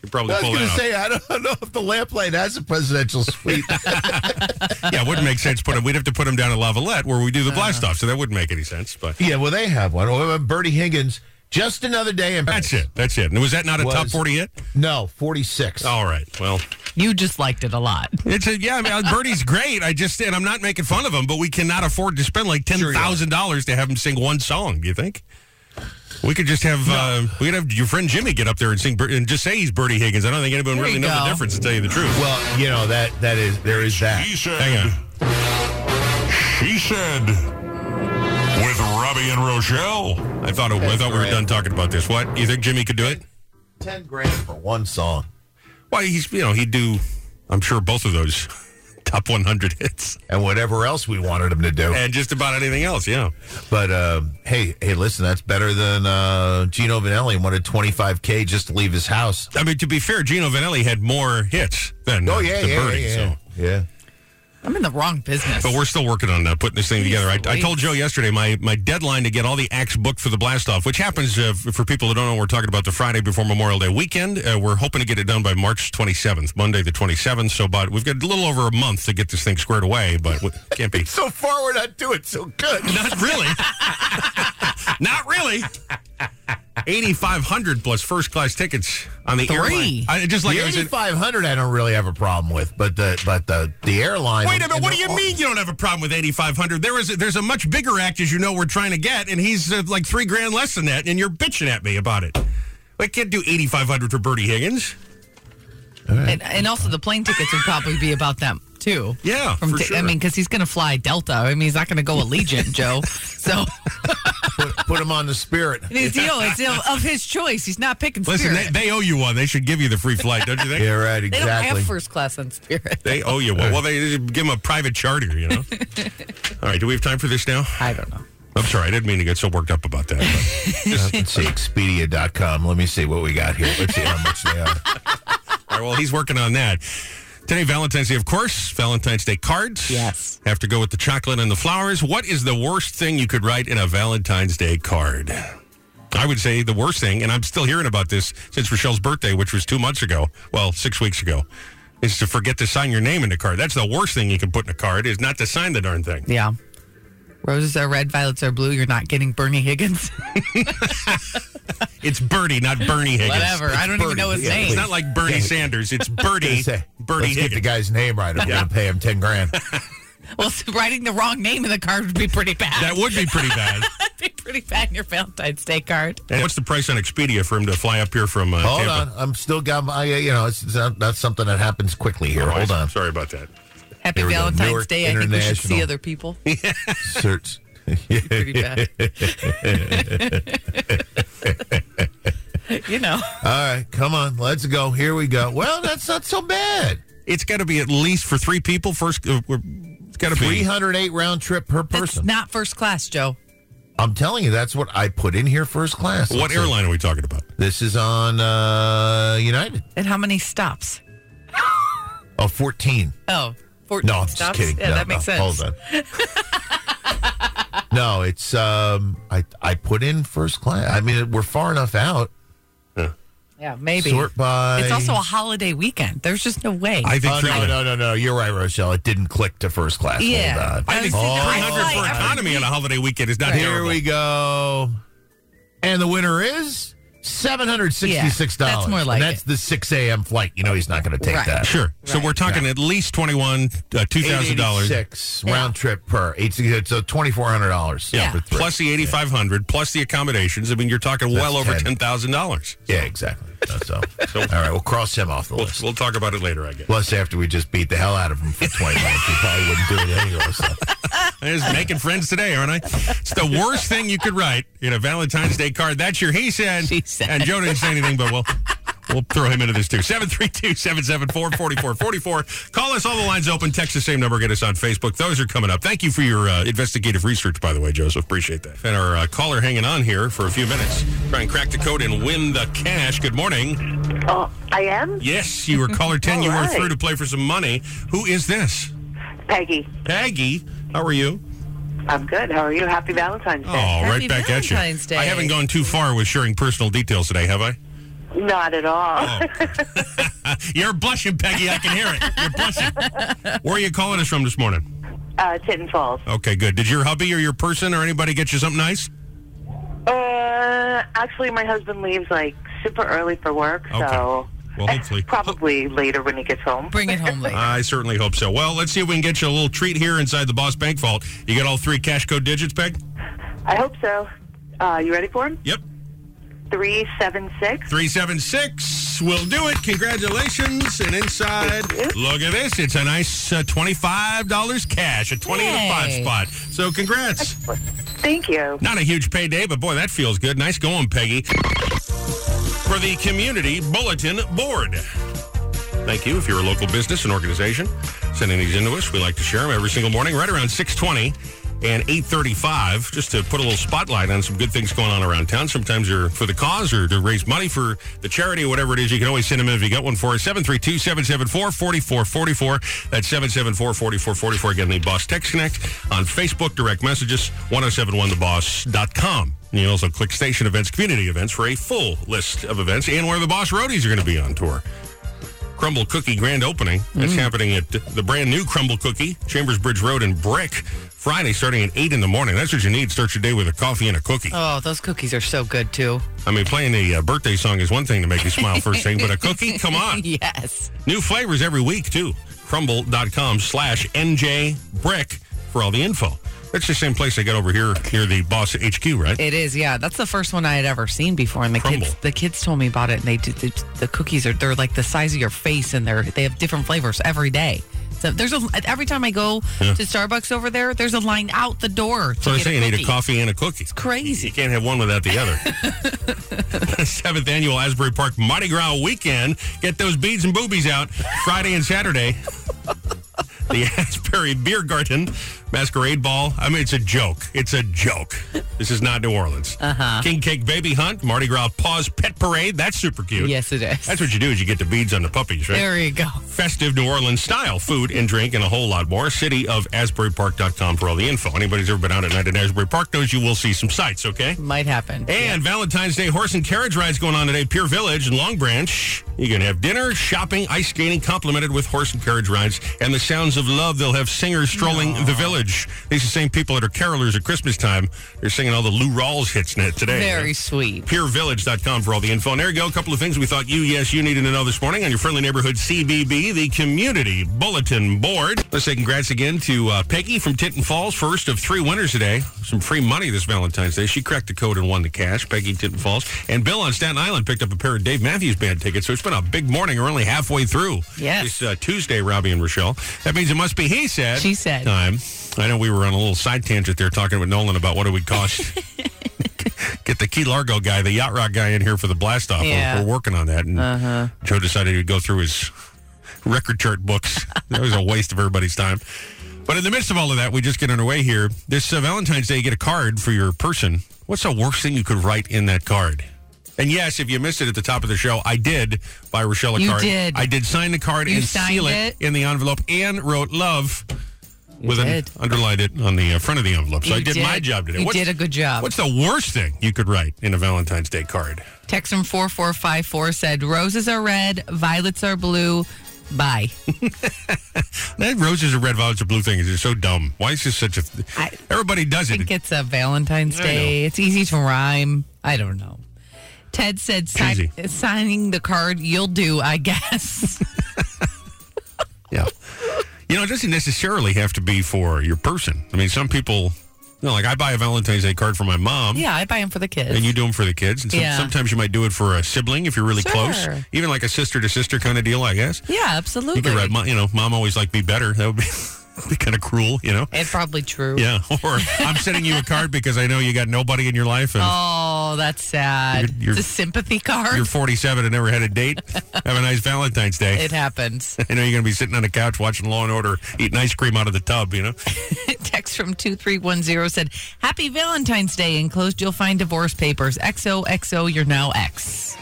[SPEAKER 1] you probably
[SPEAKER 3] I was
[SPEAKER 1] pull
[SPEAKER 3] going
[SPEAKER 1] that
[SPEAKER 3] to
[SPEAKER 1] off.
[SPEAKER 3] say, I don't know if the lamplight has a presidential suite.
[SPEAKER 1] yeah, it wouldn't make sense. Put him. We'd have to put him down at Lavalette where we do the
[SPEAKER 3] Uh-huh.
[SPEAKER 1] blast off. So that wouldn't make any sense. But
[SPEAKER 3] yeah, well, they have one. Oh, Bertie Higgins, just another day in
[SPEAKER 1] that's it. That's it. And was that not a top
[SPEAKER 3] Was-
[SPEAKER 1] forty hit?
[SPEAKER 3] No, 46.
[SPEAKER 1] All right. Well,
[SPEAKER 2] You just liked it a lot.
[SPEAKER 1] it's a yeah. I mean, Birdie's great. I just and I'm not making fun of him, but we cannot afford to spend like ten
[SPEAKER 3] Sure you are.
[SPEAKER 1] thousand dollars to have him sing one song. Do you think? We could just have uh, we could have your friend Jimmy get up there and sing Bir- and just say he's Birdie Higgins. I don't think anyone
[SPEAKER 2] There
[SPEAKER 1] really
[SPEAKER 2] you
[SPEAKER 1] knows the
[SPEAKER 2] go.
[SPEAKER 1] difference. To tell you the truth.
[SPEAKER 3] Well, you know that that is there is that.
[SPEAKER 1] Hang on.
[SPEAKER 10] She said, with Robbie and Rochelle.
[SPEAKER 1] I thought it, I thought we were done talking about this. What you think Jimmy could do it?
[SPEAKER 3] Ten grand for one song.
[SPEAKER 1] Well, he's you know he'd do. I'm sure both of those top 100 hits
[SPEAKER 3] And whatever else we wanted him to do.
[SPEAKER 1] and just about anything else. Yeah.
[SPEAKER 3] But um, hey, hey, listen, that's better than uh, Gino Vanelli wanted 25K just to leave his house.
[SPEAKER 1] I mean, to be fair, Gino Vanelli had more hits than uh, than Birdie. So.
[SPEAKER 3] Oh, yeah.
[SPEAKER 2] I'm in the wrong business.
[SPEAKER 1] But we're still working on uh, putting this thing together. I, I told Joe yesterday my, my deadline to get all the acts booked for the blast off, which happens uh, f- for people who don't know, we're talking about the Friday before Memorial Day weekend. Uh, we're hoping to get it done by March 27th, Monday the 27th. So, but we've got a little over a month to get this thing squared away, but we can't be.
[SPEAKER 3] So far, we're not doing so good.
[SPEAKER 1] Not really. Not really. 8,500 plus first class tickets on the airline.
[SPEAKER 3] Three.
[SPEAKER 1] I, just like
[SPEAKER 3] the
[SPEAKER 1] I was in-
[SPEAKER 3] 8500 I don't really have a problem with, but the but the the airline
[SPEAKER 1] Wait a minute!
[SPEAKER 3] and
[SPEAKER 1] What
[SPEAKER 3] the-
[SPEAKER 1] do you mean you don't have a problem with eighty five hundred? There is there's a much bigger act as you know we're trying to get, and he's uh, like three grand less than that, and you're bitching at me about it. I can't do eighty five hundred for Bertie Higgins.
[SPEAKER 2] And, and also, the plane tickets would probably be about them too.
[SPEAKER 1] Yeah,
[SPEAKER 2] From
[SPEAKER 1] for
[SPEAKER 2] ti- I
[SPEAKER 1] sure.
[SPEAKER 2] mean, because he's going to fly Delta. I mean, he's not going to go Allegiant, Joe. So
[SPEAKER 3] put, put him on the spirit.
[SPEAKER 2] and it's, you know, it's of- of his choice. He's not picking
[SPEAKER 1] Listen, they,
[SPEAKER 2] Spirit.
[SPEAKER 1] they owe you one. They should give you the free flight, don't you think?
[SPEAKER 3] Yeah, right,
[SPEAKER 2] They don't have
[SPEAKER 3] exactly.
[SPEAKER 2] first class on Spirit.
[SPEAKER 1] They owe you one. Well, they they should give him a private charter, you know. All right, do we have time for this now?
[SPEAKER 2] I don't know.
[SPEAKER 1] I'm sorry, I didn't mean to get so worked up about that. but-
[SPEAKER 3] Let's see, Expedia.com. Let me see what we got here. Let's see how much they are.
[SPEAKER 1] All right, well, he's working on that. Today, Valentine's Day, of course. Valentine's Day cards.
[SPEAKER 2] Yes.
[SPEAKER 1] Have to go with the chocolate and the flowers. What is the worst thing you could write in a Valentine's Day card? I would say the worst thing, and I'm still hearing about this since Rochelle's birthday, which was two months ago. Well, six weeks ago, is to forget to sign your name in the card. That's the worst thing you can put in a card is not to sign the darn thing.
[SPEAKER 2] Yeah. Roses are red, violets are blue. You're not getting Bernie Higgins.
[SPEAKER 1] It's Bertie, not Bernie Higgins.
[SPEAKER 2] Whatever. I don't even know his
[SPEAKER 3] yeah,
[SPEAKER 2] name.
[SPEAKER 1] It's not like Bernie Sanders. It's Bertie.
[SPEAKER 3] Say,
[SPEAKER 1] Bertie
[SPEAKER 3] let's get
[SPEAKER 1] Higgins.
[SPEAKER 3] the guy's name right. I'm going to pay him 10 grand.
[SPEAKER 2] Well, writing the wrong name in the card would be pretty bad.
[SPEAKER 1] that would be pretty bad.
[SPEAKER 2] That'd be pretty bad in your Valentine's Day card.
[SPEAKER 1] And what's the price on Expedia for him to fly up here from uh,
[SPEAKER 3] Hold
[SPEAKER 1] Tampa?
[SPEAKER 3] on. I'm still got my, uh, you know, it's, it's not, not something that happens quickly here. Hold on.
[SPEAKER 1] Sorry about that.
[SPEAKER 2] Happy
[SPEAKER 3] Here we go.
[SPEAKER 2] Valentine's
[SPEAKER 3] Newark
[SPEAKER 2] Day. I think we should see
[SPEAKER 3] International.
[SPEAKER 2] other people.
[SPEAKER 3] Search.
[SPEAKER 2] Pretty bad. you know.
[SPEAKER 3] All right. Come on. Let's go. Here we go. Well, that's not so bad.
[SPEAKER 1] It's got to be at least for three people. First, uh, we're, it's got to be.
[SPEAKER 3] 308 round trip per
[SPEAKER 2] That's
[SPEAKER 3] person.
[SPEAKER 2] not first class, Joe.
[SPEAKER 3] I'm telling you, that's what I put in here first class.
[SPEAKER 1] What
[SPEAKER 3] Let's see.
[SPEAKER 1] airline are we talking about?
[SPEAKER 3] This is on uh, United.
[SPEAKER 2] And how many stops?
[SPEAKER 3] Oh, 14.
[SPEAKER 2] Oh, 14
[SPEAKER 3] No, I'm
[SPEAKER 2] stops?
[SPEAKER 3] just kidding.
[SPEAKER 2] Yeah,
[SPEAKER 3] No,
[SPEAKER 2] that
[SPEAKER 3] no,
[SPEAKER 2] makes sense.
[SPEAKER 3] Hold on. no, it's um, I I put in first class. I mean, we're far enough out.
[SPEAKER 2] Yeah, maybe.
[SPEAKER 3] Sort by.
[SPEAKER 2] It's also a holiday weekend. There's just no way.
[SPEAKER 1] Uh, I think
[SPEAKER 3] Oh,
[SPEAKER 1] three-
[SPEAKER 3] no, no, no, no. You're right, Rochelle. It didn't click to first class.
[SPEAKER 2] Yeah.
[SPEAKER 3] Hold on.
[SPEAKER 1] I think
[SPEAKER 2] I was thinking-
[SPEAKER 1] 300
[SPEAKER 2] I
[SPEAKER 1] for
[SPEAKER 2] fly every
[SPEAKER 1] economy on a holiday weekend is not
[SPEAKER 3] Here
[SPEAKER 1] terrible.
[SPEAKER 3] we go. And the winner is seven hundred sixty-six
[SPEAKER 2] Yeah,
[SPEAKER 3] dollars.
[SPEAKER 2] that's more like
[SPEAKER 3] That's
[SPEAKER 2] it.
[SPEAKER 3] the six a.m. flight. You know he's not going to take
[SPEAKER 2] Right.
[SPEAKER 3] that.
[SPEAKER 1] Sure. So
[SPEAKER 2] Right.
[SPEAKER 1] we're talking at least twenty-one, uh, two thousand dollars.
[SPEAKER 3] Six round trip per eight. So twenty-four hundred dollars.
[SPEAKER 1] Yeah.
[SPEAKER 3] for three.
[SPEAKER 1] Plus the eighty-five hundred, plus the accommodations. I mean, you're talking well over ten
[SPEAKER 3] ten.
[SPEAKER 1] thousand dollars.
[SPEAKER 3] Yeah, exactly. That's so, all right, we'll cross him off the
[SPEAKER 1] We'll,
[SPEAKER 3] list.
[SPEAKER 1] we'll talk about it later, I guess.
[SPEAKER 3] Plus, after we just beat the hell out of him for 20 minutes, he probably wouldn't do it anyway. So.
[SPEAKER 1] I'm just making friends today, aren't I? It's the worst thing you could write in a Valentine's Day card. That's your he said.
[SPEAKER 2] She said.
[SPEAKER 1] And Joe didn't say anything, but we'll we'll throw him into this too. 732-774-4444. Call us. All the lines open. Text the same number. Get us on Facebook. Those are coming up. Thank you for your uh, investigative research, by the way, Joseph. Appreciate that. And our uh, caller hanging on here for a few minutes. Try and crack the code and win the cash. Good morning.
[SPEAKER 11] Oh, I am
[SPEAKER 1] Yes, you were caller 10. you
[SPEAKER 11] All
[SPEAKER 1] were
[SPEAKER 11] right.
[SPEAKER 1] through to play for some money. Who is this?
[SPEAKER 11] Peggy.
[SPEAKER 1] Peggy. How are you?
[SPEAKER 11] I'm good. How are you? Happy Valentine's
[SPEAKER 1] Oh,
[SPEAKER 11] Day.
[SPEAKER 1] right back
[SPEAKER 2] Valentine's
[SPEAKER 1] at you.
[SPEAKER 2] Day.
[SPEAKER 1] I haven't gone too far with sharing personal details today, have I?
[SPEAKER 11] Not at all.
[SPEAKER 1] You're blushing, Peggy. I can hear it. You're blushing. Where are you calling us from this morning?
[SPEAKER 11] Uh, Titten Falls.
[SPEAKER 1] Okay, good. Did your hubby or your person or anybody get you something nice?
[SPEAKER 11] Uh, actually, my husband leaves like super early for work,
[SPEAKER 1] Okay.
[SPEAKER 11] so
[SPEAKER 1] Well, hopefully.
[SPEAKER 11] probably later when he gets home.
[SPEAKER 2] Bring it home later.
[SPEAKER 1] I certainly hope so. Well, let's see if we can get you a little treat here inside the Boss Bank Vault. You got all three cash code digits, Peg?
[SPEAKER 11] I hope so. Uh, you ready for him?
[SPEAKER 1] Yep.
[SPEAKER 11] Three seven six.
[SPEAKER 1] 376 will do it. Congratulations. And inside, look at this. It's a nice uh, $25 cash, a 20 to 5
[SPEAKER 2] Yay.
[SPEAKER 1] spot. So congrats.
[SPEAKER 11] Thank you.
[SPEAKER 1] Not a huge payday, but boy, that feels good. Nice going, Peggy. For the Community Bulletin Board. Thank you. If you're a local business and organization, sending these into us, we like to share them every single morning, right around 620 and 835, just to put a little spotlight on some good things going on around town. Sometimes they're for the cause or to raise money for the charity or whatever it is. You can always send them in if you got one for us. 732-774-4444. That's 774-4444. Again, the Boss Text Connect on Facebook, direct messages, 1071theboss.com. And you can also click station events, community events for a full list of events and where the Boss Roadies are going to be on tour. Of Crumble Cookie grand opening. That's happening at the brand new Crumble Cookie, Chambers Bridge Road in Brick, Friday starting at 8 in the morning. That's what you need. Start your day with a coffee and a cookie.
[SPEAKER 2] Oh, those cookies are so good too.
[SPEAKER 1] I mean, playing a uh, birthday song is one thing to make you smile first thing, but a cookie? Come on.
[SPEAKER 2] yes.
[SPEAKER 1] New flavors every week, too. Crumble.com slash NJ Brick for all the info. That's the same place they got over here near the Boss HQ, right?
[SPEAKER 2] It is, yeah. That's the first one I had ever seen before, and the
[SPEAKER 1] Crumble.
[SPEAKER 2] kids the kids told me about it. And they did the, the cookies are they're like the size of your face, and they're they have different flavors every day. So there's a every time I go
[SPEAKER 1] Yeah.
[SPEAKER 2] to Starbucks over there, there's a line out the door. To
[SPEAKER 1] So I
[SPEAKER 2] get
[SPEAKER 1] say you need a
[SPEAKER 2] cookie.
[SPEAKER 1] coffee and a cookie. It's
[SPEAKER 2] crazy.
[SPEAKER 1] You can't have one without the other. Seventh annual Asbury Park Mardi Gras weekend. Get those beads and boobies out Friday and Saturday. the Asbury Beer Garden Masquerade Ball. I mean, it's a joke. It's a joke. This is not New Orleans. Uh-huh. King Cake Baby Hunt, Mardi Gras Paws Pet Parade. That's super cute.
[SPEAKER 2] Yes, it is.
[SPEAKER 1] That's what you do is you get the beads on the puppies, right?
[SPEAKER 2] There you go.
[SPEAKER 1] festive New Orleans style food and drink and a whole lot more. City of AsburyPark.com for all the info. Anybody who's ever been out at night at Asbury Park knows you will see some sights, okay?
[SPEAKER 2] Might happen.
[SPEAKER 1] And Valentine's Day horse and carriage rides going on today, Pier Village and Long Branch. You can have dinner, shopping, ice skating, complimented with horse and carriage rides and the sounds of love. They'll have singers strolling the village. These are the same people that are carolers at Christmas time. They're singing all the Lou Rawls hits net today.
[SPEAKER 2] Very sweet.
[SPEAKER 1] PureVillage.com for all the info. And there you go. A couple of things we thought you, yes, you needed to know this morning on your friendly neighborhood CBB, the Community Bulletin Board. Let's say congrats again to uh, Peggy from Tinton Falls, first of three winners today. Some free money this Valentine's Day. She cracked the code and won the cash. Peggy Tinton Falls. And Bill on Staten Island picked up a pair of Dave Matthews Band tickets. So it's been a big morning. We're only halfway through.
[SPEAKER 2] Yes.
[SPEAKER 1] This uh, Tuesday, Robbie and Rochelle. That means it must be he said.
[SPEAKER 2] She said.
[SPEAKER 1] Time. I know we were on a little side tangent there talking with Nolan about what it would cost get the Key Largo guy, the Yacht Rock guy, in here for the blast off. We're-
[SPEAKER 2] Yeah.
[SPEAKER 1] We're, working on that, and
[SPEAKER 2] Uh-huh.
[SPEAKER 1] Joe decided to go through his record chart books. that was a waste of everybody's time. But in the midst of all of that, we just get underway here. This uh, Valentine's Day, you get a card for your person. What's the worst thing you could write in that card? And yes, if you missed it at the top of the show, I did buy Rochelle a
[SPEAKER 2] You
[SPEAKER 1] card.
[SPEAKER 2] did.
[SPEAKER 1] I did sign the card
[SPEAKER 2] You
[SPEAKER 1] and
[SPEAKER 2] signed
[SPEAKER 1] seal
[SPEAKER 2] it.
[SPEAKER 1] in the envelope and wrote love with
[SPEAKER 2] did.
[SPEAKER 1] an underlined it on the uh, front of the envelope. So I
[SPEAKER 2] You
[SPEAKER 1] did, my job today.
[SPEAKER 2] You
[SPEAKER 1] What's-
[SPEAKER 2] did a good job.
[SPEAKER 1] What's the worst thing you could write in a Valentine's Day card?
[SPEAKER 2] Text from 4454 said, Roses are red, violets are blue. Bye.
[SPEAKER 1] That roses are red, violets are blue thing is just so dumb. Why is this such a? everybody does
[SPEAKER 2] I
[SPEAKER 1] it.
[SPEAKER 2] think it's a Valentine's
[SPEAKER 1] I
[SPEAKER 2] Day. It's easy to rhyme. I don't know. Ted said, "Sign- signing the card, you'll do, I guess.
[SPEAKER 1] Yeah. You know, it doesn't necessarily have to be for your person. I mean, some people, you know, like I buy a Valentine's Day card for my mom.
[SPEAKER 2] yeah, I buy them for the kids.
[SPEAKER 1] And you do them for the kids. And some,
[SPEAKER 2] Yeah.
[SPEAKER 1] sometimes you might do it for a sibling if you're really close.
[SPEAKER 2] Sure.
[SPEAKER 1] Even like a sister to sister kind of deal, I guess.
[SPEAKER 2] yeah, absolutely.
[SPEAKER 1] You could write, "Mo- you know, mom always liked me better. That would be, be kind of cruel, you know?
[SPEAKER 2] it's probably true.
[SPEAKER 1] Yeah. Or I'm sending you a card because I know you got nobody in your life. And
[SPEAKER 2] Oh, that's sad.
[SPEAKER 1] You're- you're-
[SPEAKER 2] it's a sympathy card.
[SPEAKER 1] You're 47 and never had a date. Have a nice Valentine's Day.
[SPEAKER 2] it happens.
[SPEAKER 1] I know you're going to be sitting on the couch watching Law and Order, eating ice cream out of the tub. You know,
[SPEAKER 2] Text from 2310 said, Happy Valentine's Day. Enclosed, you'll find divorce papers. XOXO, you're now ex.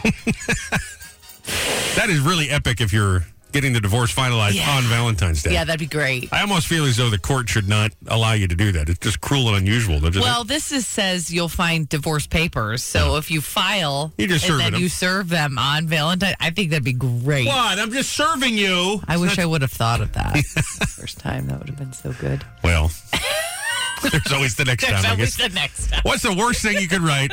[SPEAKER 1] that is really epic if you're getting the divorce finalized
[SPEAKER 2] Yeah.
[SPEAKER 1] on Valentine's Day.
[SPEAKER 2] yeah, that'd be great.
[SPEAKER 1] I almost feel as though the court should not allow you to do that. It's just cruel and unusual. They're just-
[SPEAKER 2] Well, this is, says you'll find divorce papers. So if you file
[SPEAKER 1] You're Mm-hmm. just
[SPEAKER 2] and
[SPEAKER 1] serving
[SPEAKER 2] then
[SPEAKER 1] them.
[SPEAKER 2] you serve them on Valentine, I think that'd be great.
[SPEAKER 1] what? I'm just serving you.
[SPEAKER 2] I wish I would have thought of that first time. That would have been so good.
[SPEAKER 1] Well, there's always the next time. I guess.
[SPEAKER 2] next time.
[SPEAKER 1] What's the worst thing you could write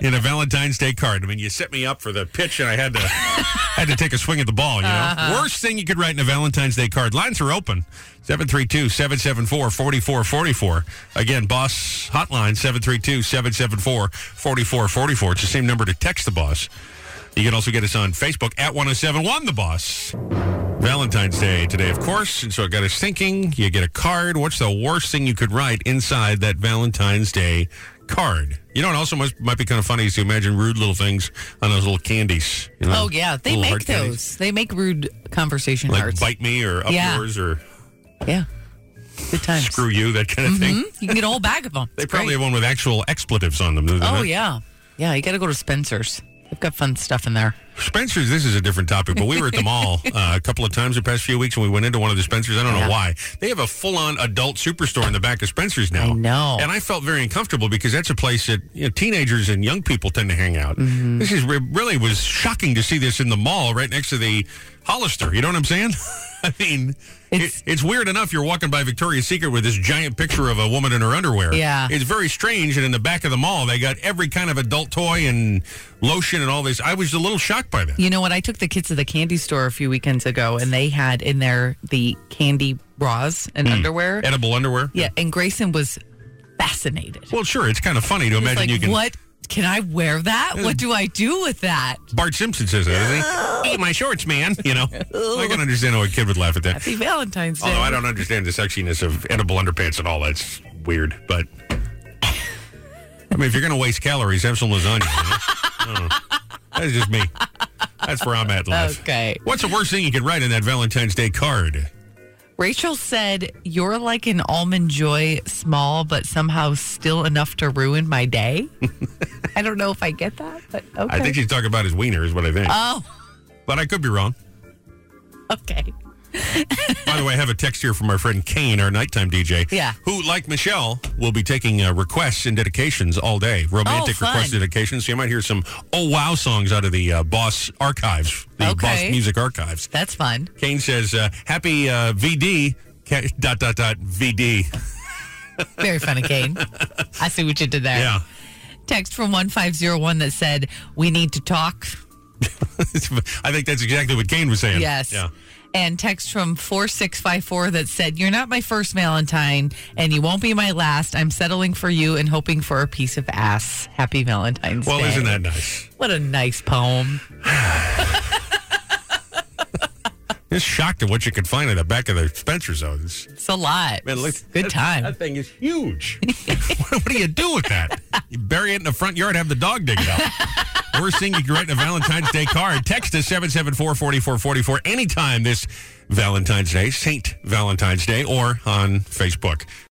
[SPEAKER 1] in a Valentine's Day card? I mean, you set me up for the pitch, and I had to had to take a swing at the ball. You know, worst thing you could write in a Valentine's Day card. Lines are open 732-774-4444. Again, boss hotline 732-774-4444. It's the same number to text the boss. You can also get us on Facebook at 1071 The Boss. Valentine's Day today, of course. And so it got us thinking. You get a card. What's the worst thing you could write inside that Valentine's Day card? You know, it also must, might be kind of funny is to imagine rude little things on those little candies. you know,
[SPEAKER 2] Oh, yeah. They
[SPEAKER 1] little
[SPEAKER 2] make
[SPEAKER 1] heart
[SPEAKER 2] those.
[SPEAKER 1] candies.
[SPEAKER 2] They make rude conversation
[SPEAKER 1] Like
[SPEAKER 2] hearts.
[SPEAKER 1] bite me or up
[SPEAKER 2] Yeah.
[SPEAKER 1] yours or
[SPEAKER 2] Yeah. Good times.
[SPEAKER 1] screw you, that kind of thing.
[SPEAKER 2] Mhm. You can get a whole bag of them.
[SPEAKER 1] They probably have one with actual expletives on them. do they
[SPEAKER 2] Oh,
[SPEAKER 1] not?
[SPEAKER 2] yeah. Yeah, you got to go to Spencer's. They've got fun stuff in there.
[SPEAKER 1] Spencer's, this is a different topic, but we were at the mall uh, a couple of times the past few weeks and we went into one of the Spencer's. I don't know
[SPEAKER 2] Yeah.
[SPEAKER 1] why. They have a full on adult superstore in the back of Spencer's now.
[SPEAKER 2] I know.
[SPEAKER 1] And I felt very uncomfortable because that's a place that you know, teenagers and
[SPEAKER 2] Mm-hmm.
[SPEAKER 1] young people tend to hang out. This is re- really was shocking to see this in the mall right next to the Hollister. You know what I'm saying? I mean, it's, it, it's weird enough you're walking by Victoria's Secret with this giant picture of a woman in her underwear.
[SPEAKER 2] Yeah.
[SPEAKER 1] It's very strange. And in the back of the mall, they got every kind of adult toy and lotion and all this. I was a little shocked by that.
[SPEAKER 2] You know what? I took the kids to the candy store a few weekends ago, and they had in there the candy bras and
[SPEAKER 1] Mm.
[SPEAKER 2] underwear.
[SPEAKER 1] Edible underwear.
[SPEAKER 2] Yeah, and Grayson was fascinated.
[SPEAKER 1] Well, sure. It's kind of funny to
[SPEAKER 2] He was
[SPEAKER 1] imagine
[SPEAKER 2] like,
[SPEAKER 1] you can.
[SPEAKER 2] What can I wear that? What do I do with that?
[SPEAKER 1] Bart Simpson says that. doesn't he? Eat my shorts, man. You know, I can understand how a kid would laugh at that.
[SPEAKER 2] Happy Valentine's Day.
[SPEAKER 1] Although I don't understand the sexiness of edible underpants at all. That's weird. But I mean, if you're going to waste calories, have some lasagna. you know? I don't know. That's just me. That's where I'm at in life.
[SPEAKER 2] Okay.
[SPEAKER 1] What's the worst thing you could write in that Valentine's Day card?
[SPEAKER 2] Rachel said, You're like an almond joy, small, but somehow still enough to ruin my day. I don't know if I get that, but okay.
[SPEAKER 1] I think she's talking about his wiener, is what I think.
[SPEAKER 2] Oh,
[SPEAKER 1] but I could be wrong.
[SPEAKER 2] okay.
[SPEAKER 1] By the way, I have a text here from our friend Kane, our nighttime DJ.
[SPEAKER 2] Yeah.
[SPEAKER 1] Who, like Michelle, will be taking uh, requests and dedications all day. Romantic
[SPEAKER 2] Oh, fun.
[SPEAKER 1] requests and dedications. So you might hear some oh wow songs out of the uh, Boss archives, the
[SPEAKER 2] Okay.
[SPEAKER 1] Boss music archives.
[SPEAKER 2] That's fun.
[SPEAKER 1] Kane says, uh, "Happy uh, VD." Ca- Dot dot dot VD.
[SPEAKER 2] Very funny, Kane. I see what you did there.
[SPEAKER 1] Yeah.
[SPEAKER 2] Text from 1501 that said, We need to talk.
[SPEAKER 1] I think that's exactly what Kane was saying.
[SPEAKER 2] Yes.
[SPEAKER 1] Yeah.
[SPEAKER 2] And text from 4654 that said, You're not my first Valentine and you won't be my last. I'm settling for you and hoping for a piece of ass. Happy Valentine's
[SPEAKER 1] Well,
[SPEAKER 2] Day.
[SPEAKER 1] isn't that nice?
[SPEAKER 2] What a nice poem.
[SPEAKER 1] Just shocked at what you could find in the back of the Spencer's. though. It's-
[SPEAKER 2] It's a lot.
[SPEAKER 1] Man, look,
[SPEAKER 2] Good
[SPEAKER 1] that-
[SPEAKER 2] time.
[SPEAKER 1] That thing is huge. what, what do you do with that? You bury it in the front yard, have the dog dig it up. Worst thing you can write in a Valentine's Day card. Text us 774-4444 anytime this Valentine's Day, Saint Valentine's Day, or on Facebook.